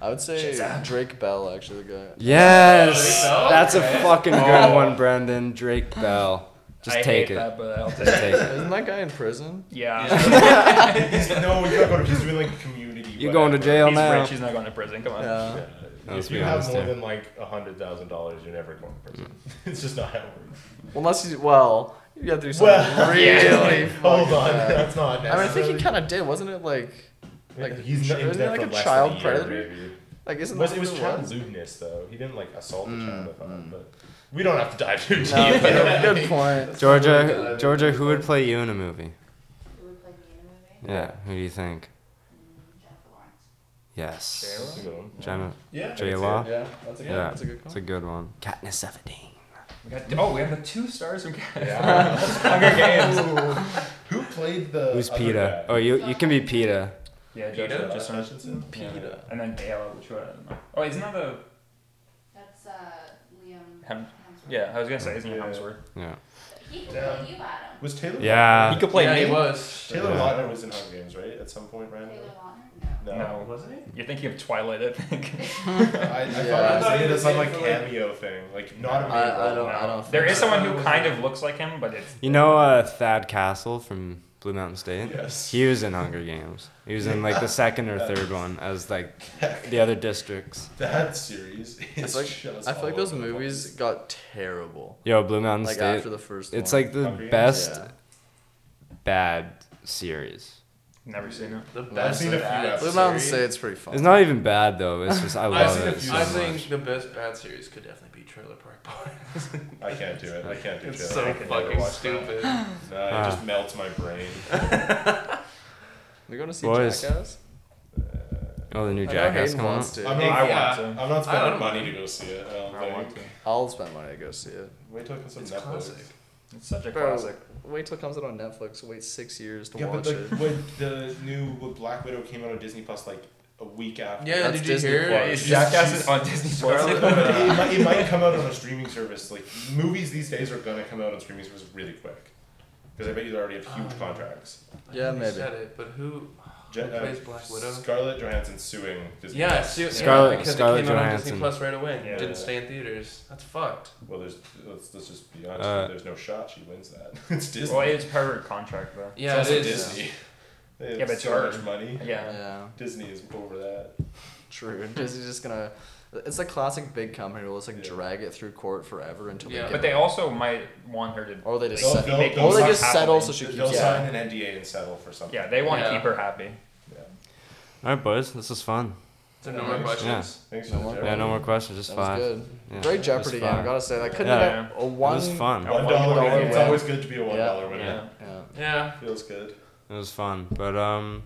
D: I would say Drake Bell actually the guy.
A: Yes,
G: Drake Bell?
A: that's a
G: Okay.
A: fucking good one, Brendan. Drake Bell. Just
I: Oh. I
A: take
I: hate
A: it.
I: that, but I'll take
A: Just
I: it.
A: take it.
D: Isn't that guy in prison?
I: Yeah.
F: He's, no, he's not going to. He's doing like community.
A: You're going to
F: whatever.
A: jail
I: He's
A: now.
I: rich. He's not going to prison.
F: Oh,
I: Come on.
D: Yeah.
F: Yeah.
A: Let's
F: If
A: be
F: you have
A: honest
F: more
A: here.
F: than like a hundred thousand dollars, you're never going to prison. it's just not how it works.
D: Well, unless he's well, you got to do something
F: Well,
D: really.
F: hold on,
D: bad.
F: that's not.
D: I mean, I think he
F: necessarily-
D: kind of did, wasn't it? Like, like
F: he's
D: ch-
F: not, he
D: isn't
F: was
D: it
F: there
D: like
F: for
D: a
F: less
D: child
F: than a
D: predator?
F: Year, maybe.
D: Like, isn't
F: It was,
D: that
F: it was
D: what
F: child lewdness though. He didn't like assault a child, if I thought, but we don't have to dive too deep.
D: Mm. No, good, good point.
A: Georgia, Georgia, who would play you in a movie?
H: Who would play me in a movie?
A: Yeah, who do you think?
H: Mm, Jennifer Lawrence.
A: Yes.
F: That's a good one.
A: Jenna.
G: Yeah.
A: J Law.
D: Yeah, that's a good.
A: Yeah,
D: That's a good call.
A: It's a good one. Katniss Seventeen.
I: We got, oh, we have the two stars from Cat.
F: Yeah.
I: Hunger Games.
F: Who played the?
A: Who's
F: other
A: PETA?
F: guy?
A: Oh, you you can be PETA.
I: Yeah,
F: Joshua
I: Joshua. Just on
F: Hutcherson?
I: Peter. And then Bale, which one? I don't know. Oh, isn't that the?
H: That's uh, Liam
I: Hem-
H: Hemsworth.
I: Yeah, I was gonna say, isn't it
F: Yeah.
I: Hemsworth?
A: Yeah.
H: He could
F: Yeah.
H: play you, Adam.
F: Was Taylor?
A: Yeah.
I: He could play
G: yeah,
I: me.
G: he was.
F: Taylor
A: Yeah.
F: Lautner was in Hunger Games, right? At some point, randomly.
H: Taylor Lautner? No.
I: No.
G: Wasn't he?
I: You're thinking of Twilight, I think.
F: I, I
D: Yeah.
F: thought
G: I
F: he
G: thought he
F: was in some
G: was
F: like
G: in for, like-
F: cameo thing, like not a main
D: I- I
F: role.
D: don't- I don't
I: There
D: think
I: is
D: so.
I: someone who kind of looks like him, but it's.
A: You know uh, Thad Castle from Blue Mountain State?
F: Yes.
A: He was in Hunger Games. He was in like the second or third one as like the other districts.
F: That series is
D: It's like
F: just.
D: I feel like
F: all
D: those
F: over the
D: movies
F: place.
D: got terrible.
A: Yo, Blue Mountain
D: Like
A: State.
D: after the first.
A: it's
D: one.
A: like the
F: Hunger Games?
A: best
D: Yeah.
A: bad series.
I: Never seen it.
G: The
F: I've
G: best
F: seen a few.
G: bad
F: episodes.
D: Blue Mountain
G: series.
D: State's pretty fun.
A: It's not even bad though. It's just I
G: I,
A: love
G: think
A: it. so
G: I
A: much.
G: think the best bad series could definitely be Trailer Park Boys.
F: I can't do it. I can't do it.
G: it's so fucking stupid.
F: No, it
D: Ah.
F: just melts my brain.
D: We going to see
A: Boys.
D: Jackass.
A: Oh, the new
D: I know
A: Jackass
D: Hayden
A: come
D: wants
A: out.
D: to.
F: I'm
G: Hey,
F: not,
I: I
G: yeah.
I: want to.
F: I'm not
G: I don't
F: spending money to go see it. I don't
I: I
F: think.
I: want to.
D: I'll spend money to go see it.
F: Wait till it comes on
G: It's
F: Netflix.
G: classic.
I: It's such a
D: Bro,
I: classic.
D: wait till it comes out on Netflix. Wait six years to
F: Yeah,
D: watch
F: but
D: it.
F: like when the new when Black Widow came out on Disney Plus like a week after.
G: Yeah,
D: That's
G: did you
D: Disney
G: hear?
D: Plus.
G: It's
I: Jackass
G: just-
I: is on Disney
F: It,
I: Plus.
F: might, it might come out on a streaming service. Like movies these days are gonna come out on streaming service really quick, because I bet you they already have huge contracts.
D: Yeah,
G: You
D: maybe.
G: said it, but who?
F: Je-
G: Um, Who plays Black Widow?
F: Scarlett Johansson suing Disney.
G: Yeah,
F: Plus.
G: see,
A: Scarlett-
G: yeah, because
A: Scarlett
G: it came out on Disney
A: Johansson.
G: Plus right away. and
F: Yeah.
G: Didn't stay in theaters. That's fucked.
F: Well, there's let's, let's just be honest.
A: Uh,
F: there's no shot she wins that. it's Disney.
I: Well, it's part of her contract, though.
G: Yeah,
F: it's
G: it
F: also
G: is.
F: Disney. They have
I: Yeah, but it's
F: so
I: her.
F: much money.
I: Yeah.
D: Yeah,
F: Disney is over that.
D: true. Disney's just gonna. It's a classic big company will just like
F: Yeah.
D: drag it through court forever until they
G: Yeah,
I: But
D: get.
I: they also might want her to.
D: or they just
F: They'll-
D: set,
F: they'll-
D: or they
F: they'll sign
D: just settle
I: happily.
D: so she keeps.
F: They'll
D: Yeah.
F: sign an NDA and settle for something.
I: Yeah, they want to
G: Yeah.
I: keep her happy.
F: Yeah.
A: All right, boys, this was fun.
G: So no more
F: Yeah.
G: questions.
F: Thanks
D: No
F: for
D: more
F: the
A: Yeah, no more questions, just
D: That was
A: five.
D: good.
A: Yeah, it
D: Great
A: was
D: Jeopardy game. I
A: fun.
D: gotta say, that couldn't
A: Yeah.
D: have been a one.
A: It was fun.
I: A
F: One dollar.
D: dollar
F: win. It's
D: win.
F: always good to be a one
D: Yeah.
F: dollar winner.
I: Yeah.
D: Yeah.
G: Yeah.
F: Feels good.
A: It was fun, but um,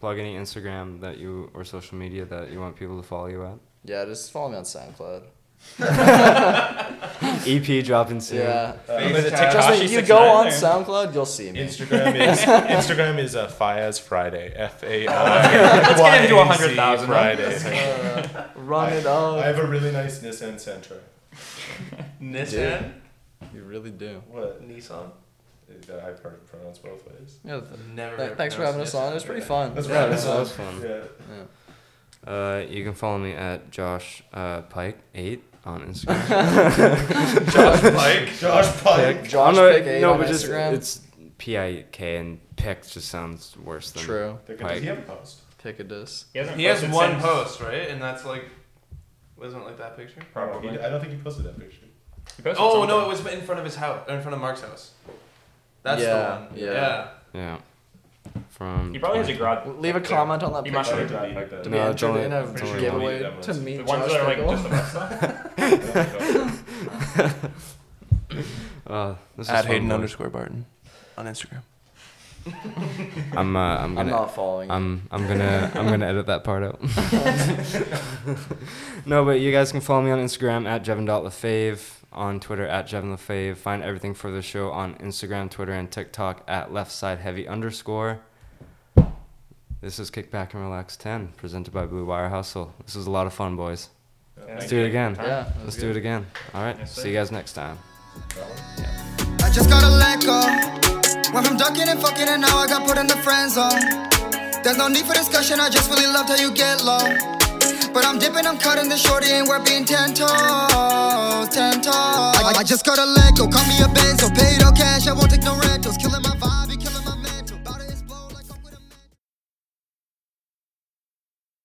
A: plug any Instagram that you or social media that you want people to follow you at.
D: Yeah, just follow me on SoundCloud.
A: EP dropping soon.
D: Yeah.
F: Uh,
D: Trust me, if you go on SoundCloud, you'll see me.
F: Instagram is Instagram is uh, Fiaz Friday. F A I.
I: Let's get him to
F: Y A Z
I: 100,000.
F: Friday.
D: Uh, run it up.
F: I have a really nice Nissan Sentra.
G: Nissan?
D: You really do.
F: What?
G: Nissan?
F: I've heard it pronounced both ways.
D: Yeah.
G: Never.
D: th- thanks for having us on. It was pretty fun.
F: That's
A: Yeah,
F: right.
A: this
F: uh,
A: was fun.
F: Yeah.
D: Yeah.
A: Uh, you can follow me at Josh uh, Pike eight on Instagram.
G: Josh Pike.
F: Josh Pike.
D: Josh
A: Oh, no,
D: Pick eight
A: no,
D: on
A: but just
D: Instagram.
A: it's P I K and Pick just sounds worse than
D: True.
F: They're gonna
A: Pike.
F: have a post.
D: Pick a disc.
I: He, hasn't
G: He has
I: posted
G: one
I: since-
G: post, right? And that's like, wasn't it like that picture?
I: Probably.
F: He- I don't think he posted that picture.
I: He posted
G: Oh no, it
I: something.
G: was in front of his house, in front of Mark's house. That's
D: Yeah,
G: the one.
D: yeah.
A: Yeah. From
I: He probably has a garage.
D: Leave a comment on that
I: He
D: picture.
I: might
F: I
I: have
F: would delete
D: to
F: that.
D: be
A: No,
D: entered
A: don't-
D: in a
F: pretty sure we
D: giveaway
F: deleted that
D: to
F: one.
D: meet
I: The ones
D: Josh
I: that are like
D: Pickle.
I: just about size.
A: uh, this is
G: At
A: fun,
G: Hayden
A: boys.
G: underscore Barton on Instagram.
A: I'm uh, I'm
D: I'm
A: gonna
D: not following. you.
A: I'm I'm gonna I'm gonna edit that part out. no, but you guys can follow me on Instagram at Jevon.lefave, on Twitter at JevinLefave. Find everything for the show on Instagram, Twitter, and TikTok at left side heavy underscore. This is Kickback and Relax 10, presented by Blue Wire Hustle. This was a lot of fun, boys. Let's do it again.
D: Yeah, that was
A: Let's
D: good.
A: do it again. All right.
I: Yes, sir.
A: See you guys next time.
B: I just gotta let go. Went from ducking and fucking, and now I got put in the friend zone. There's no need for discussion, I just really loved how you get low. But I'm dipping, I'm cutting the shorty, and we're being ten toes, ten toes. I, I just gotta let go, call me a benzo, paid all cash, I won't take no rentals.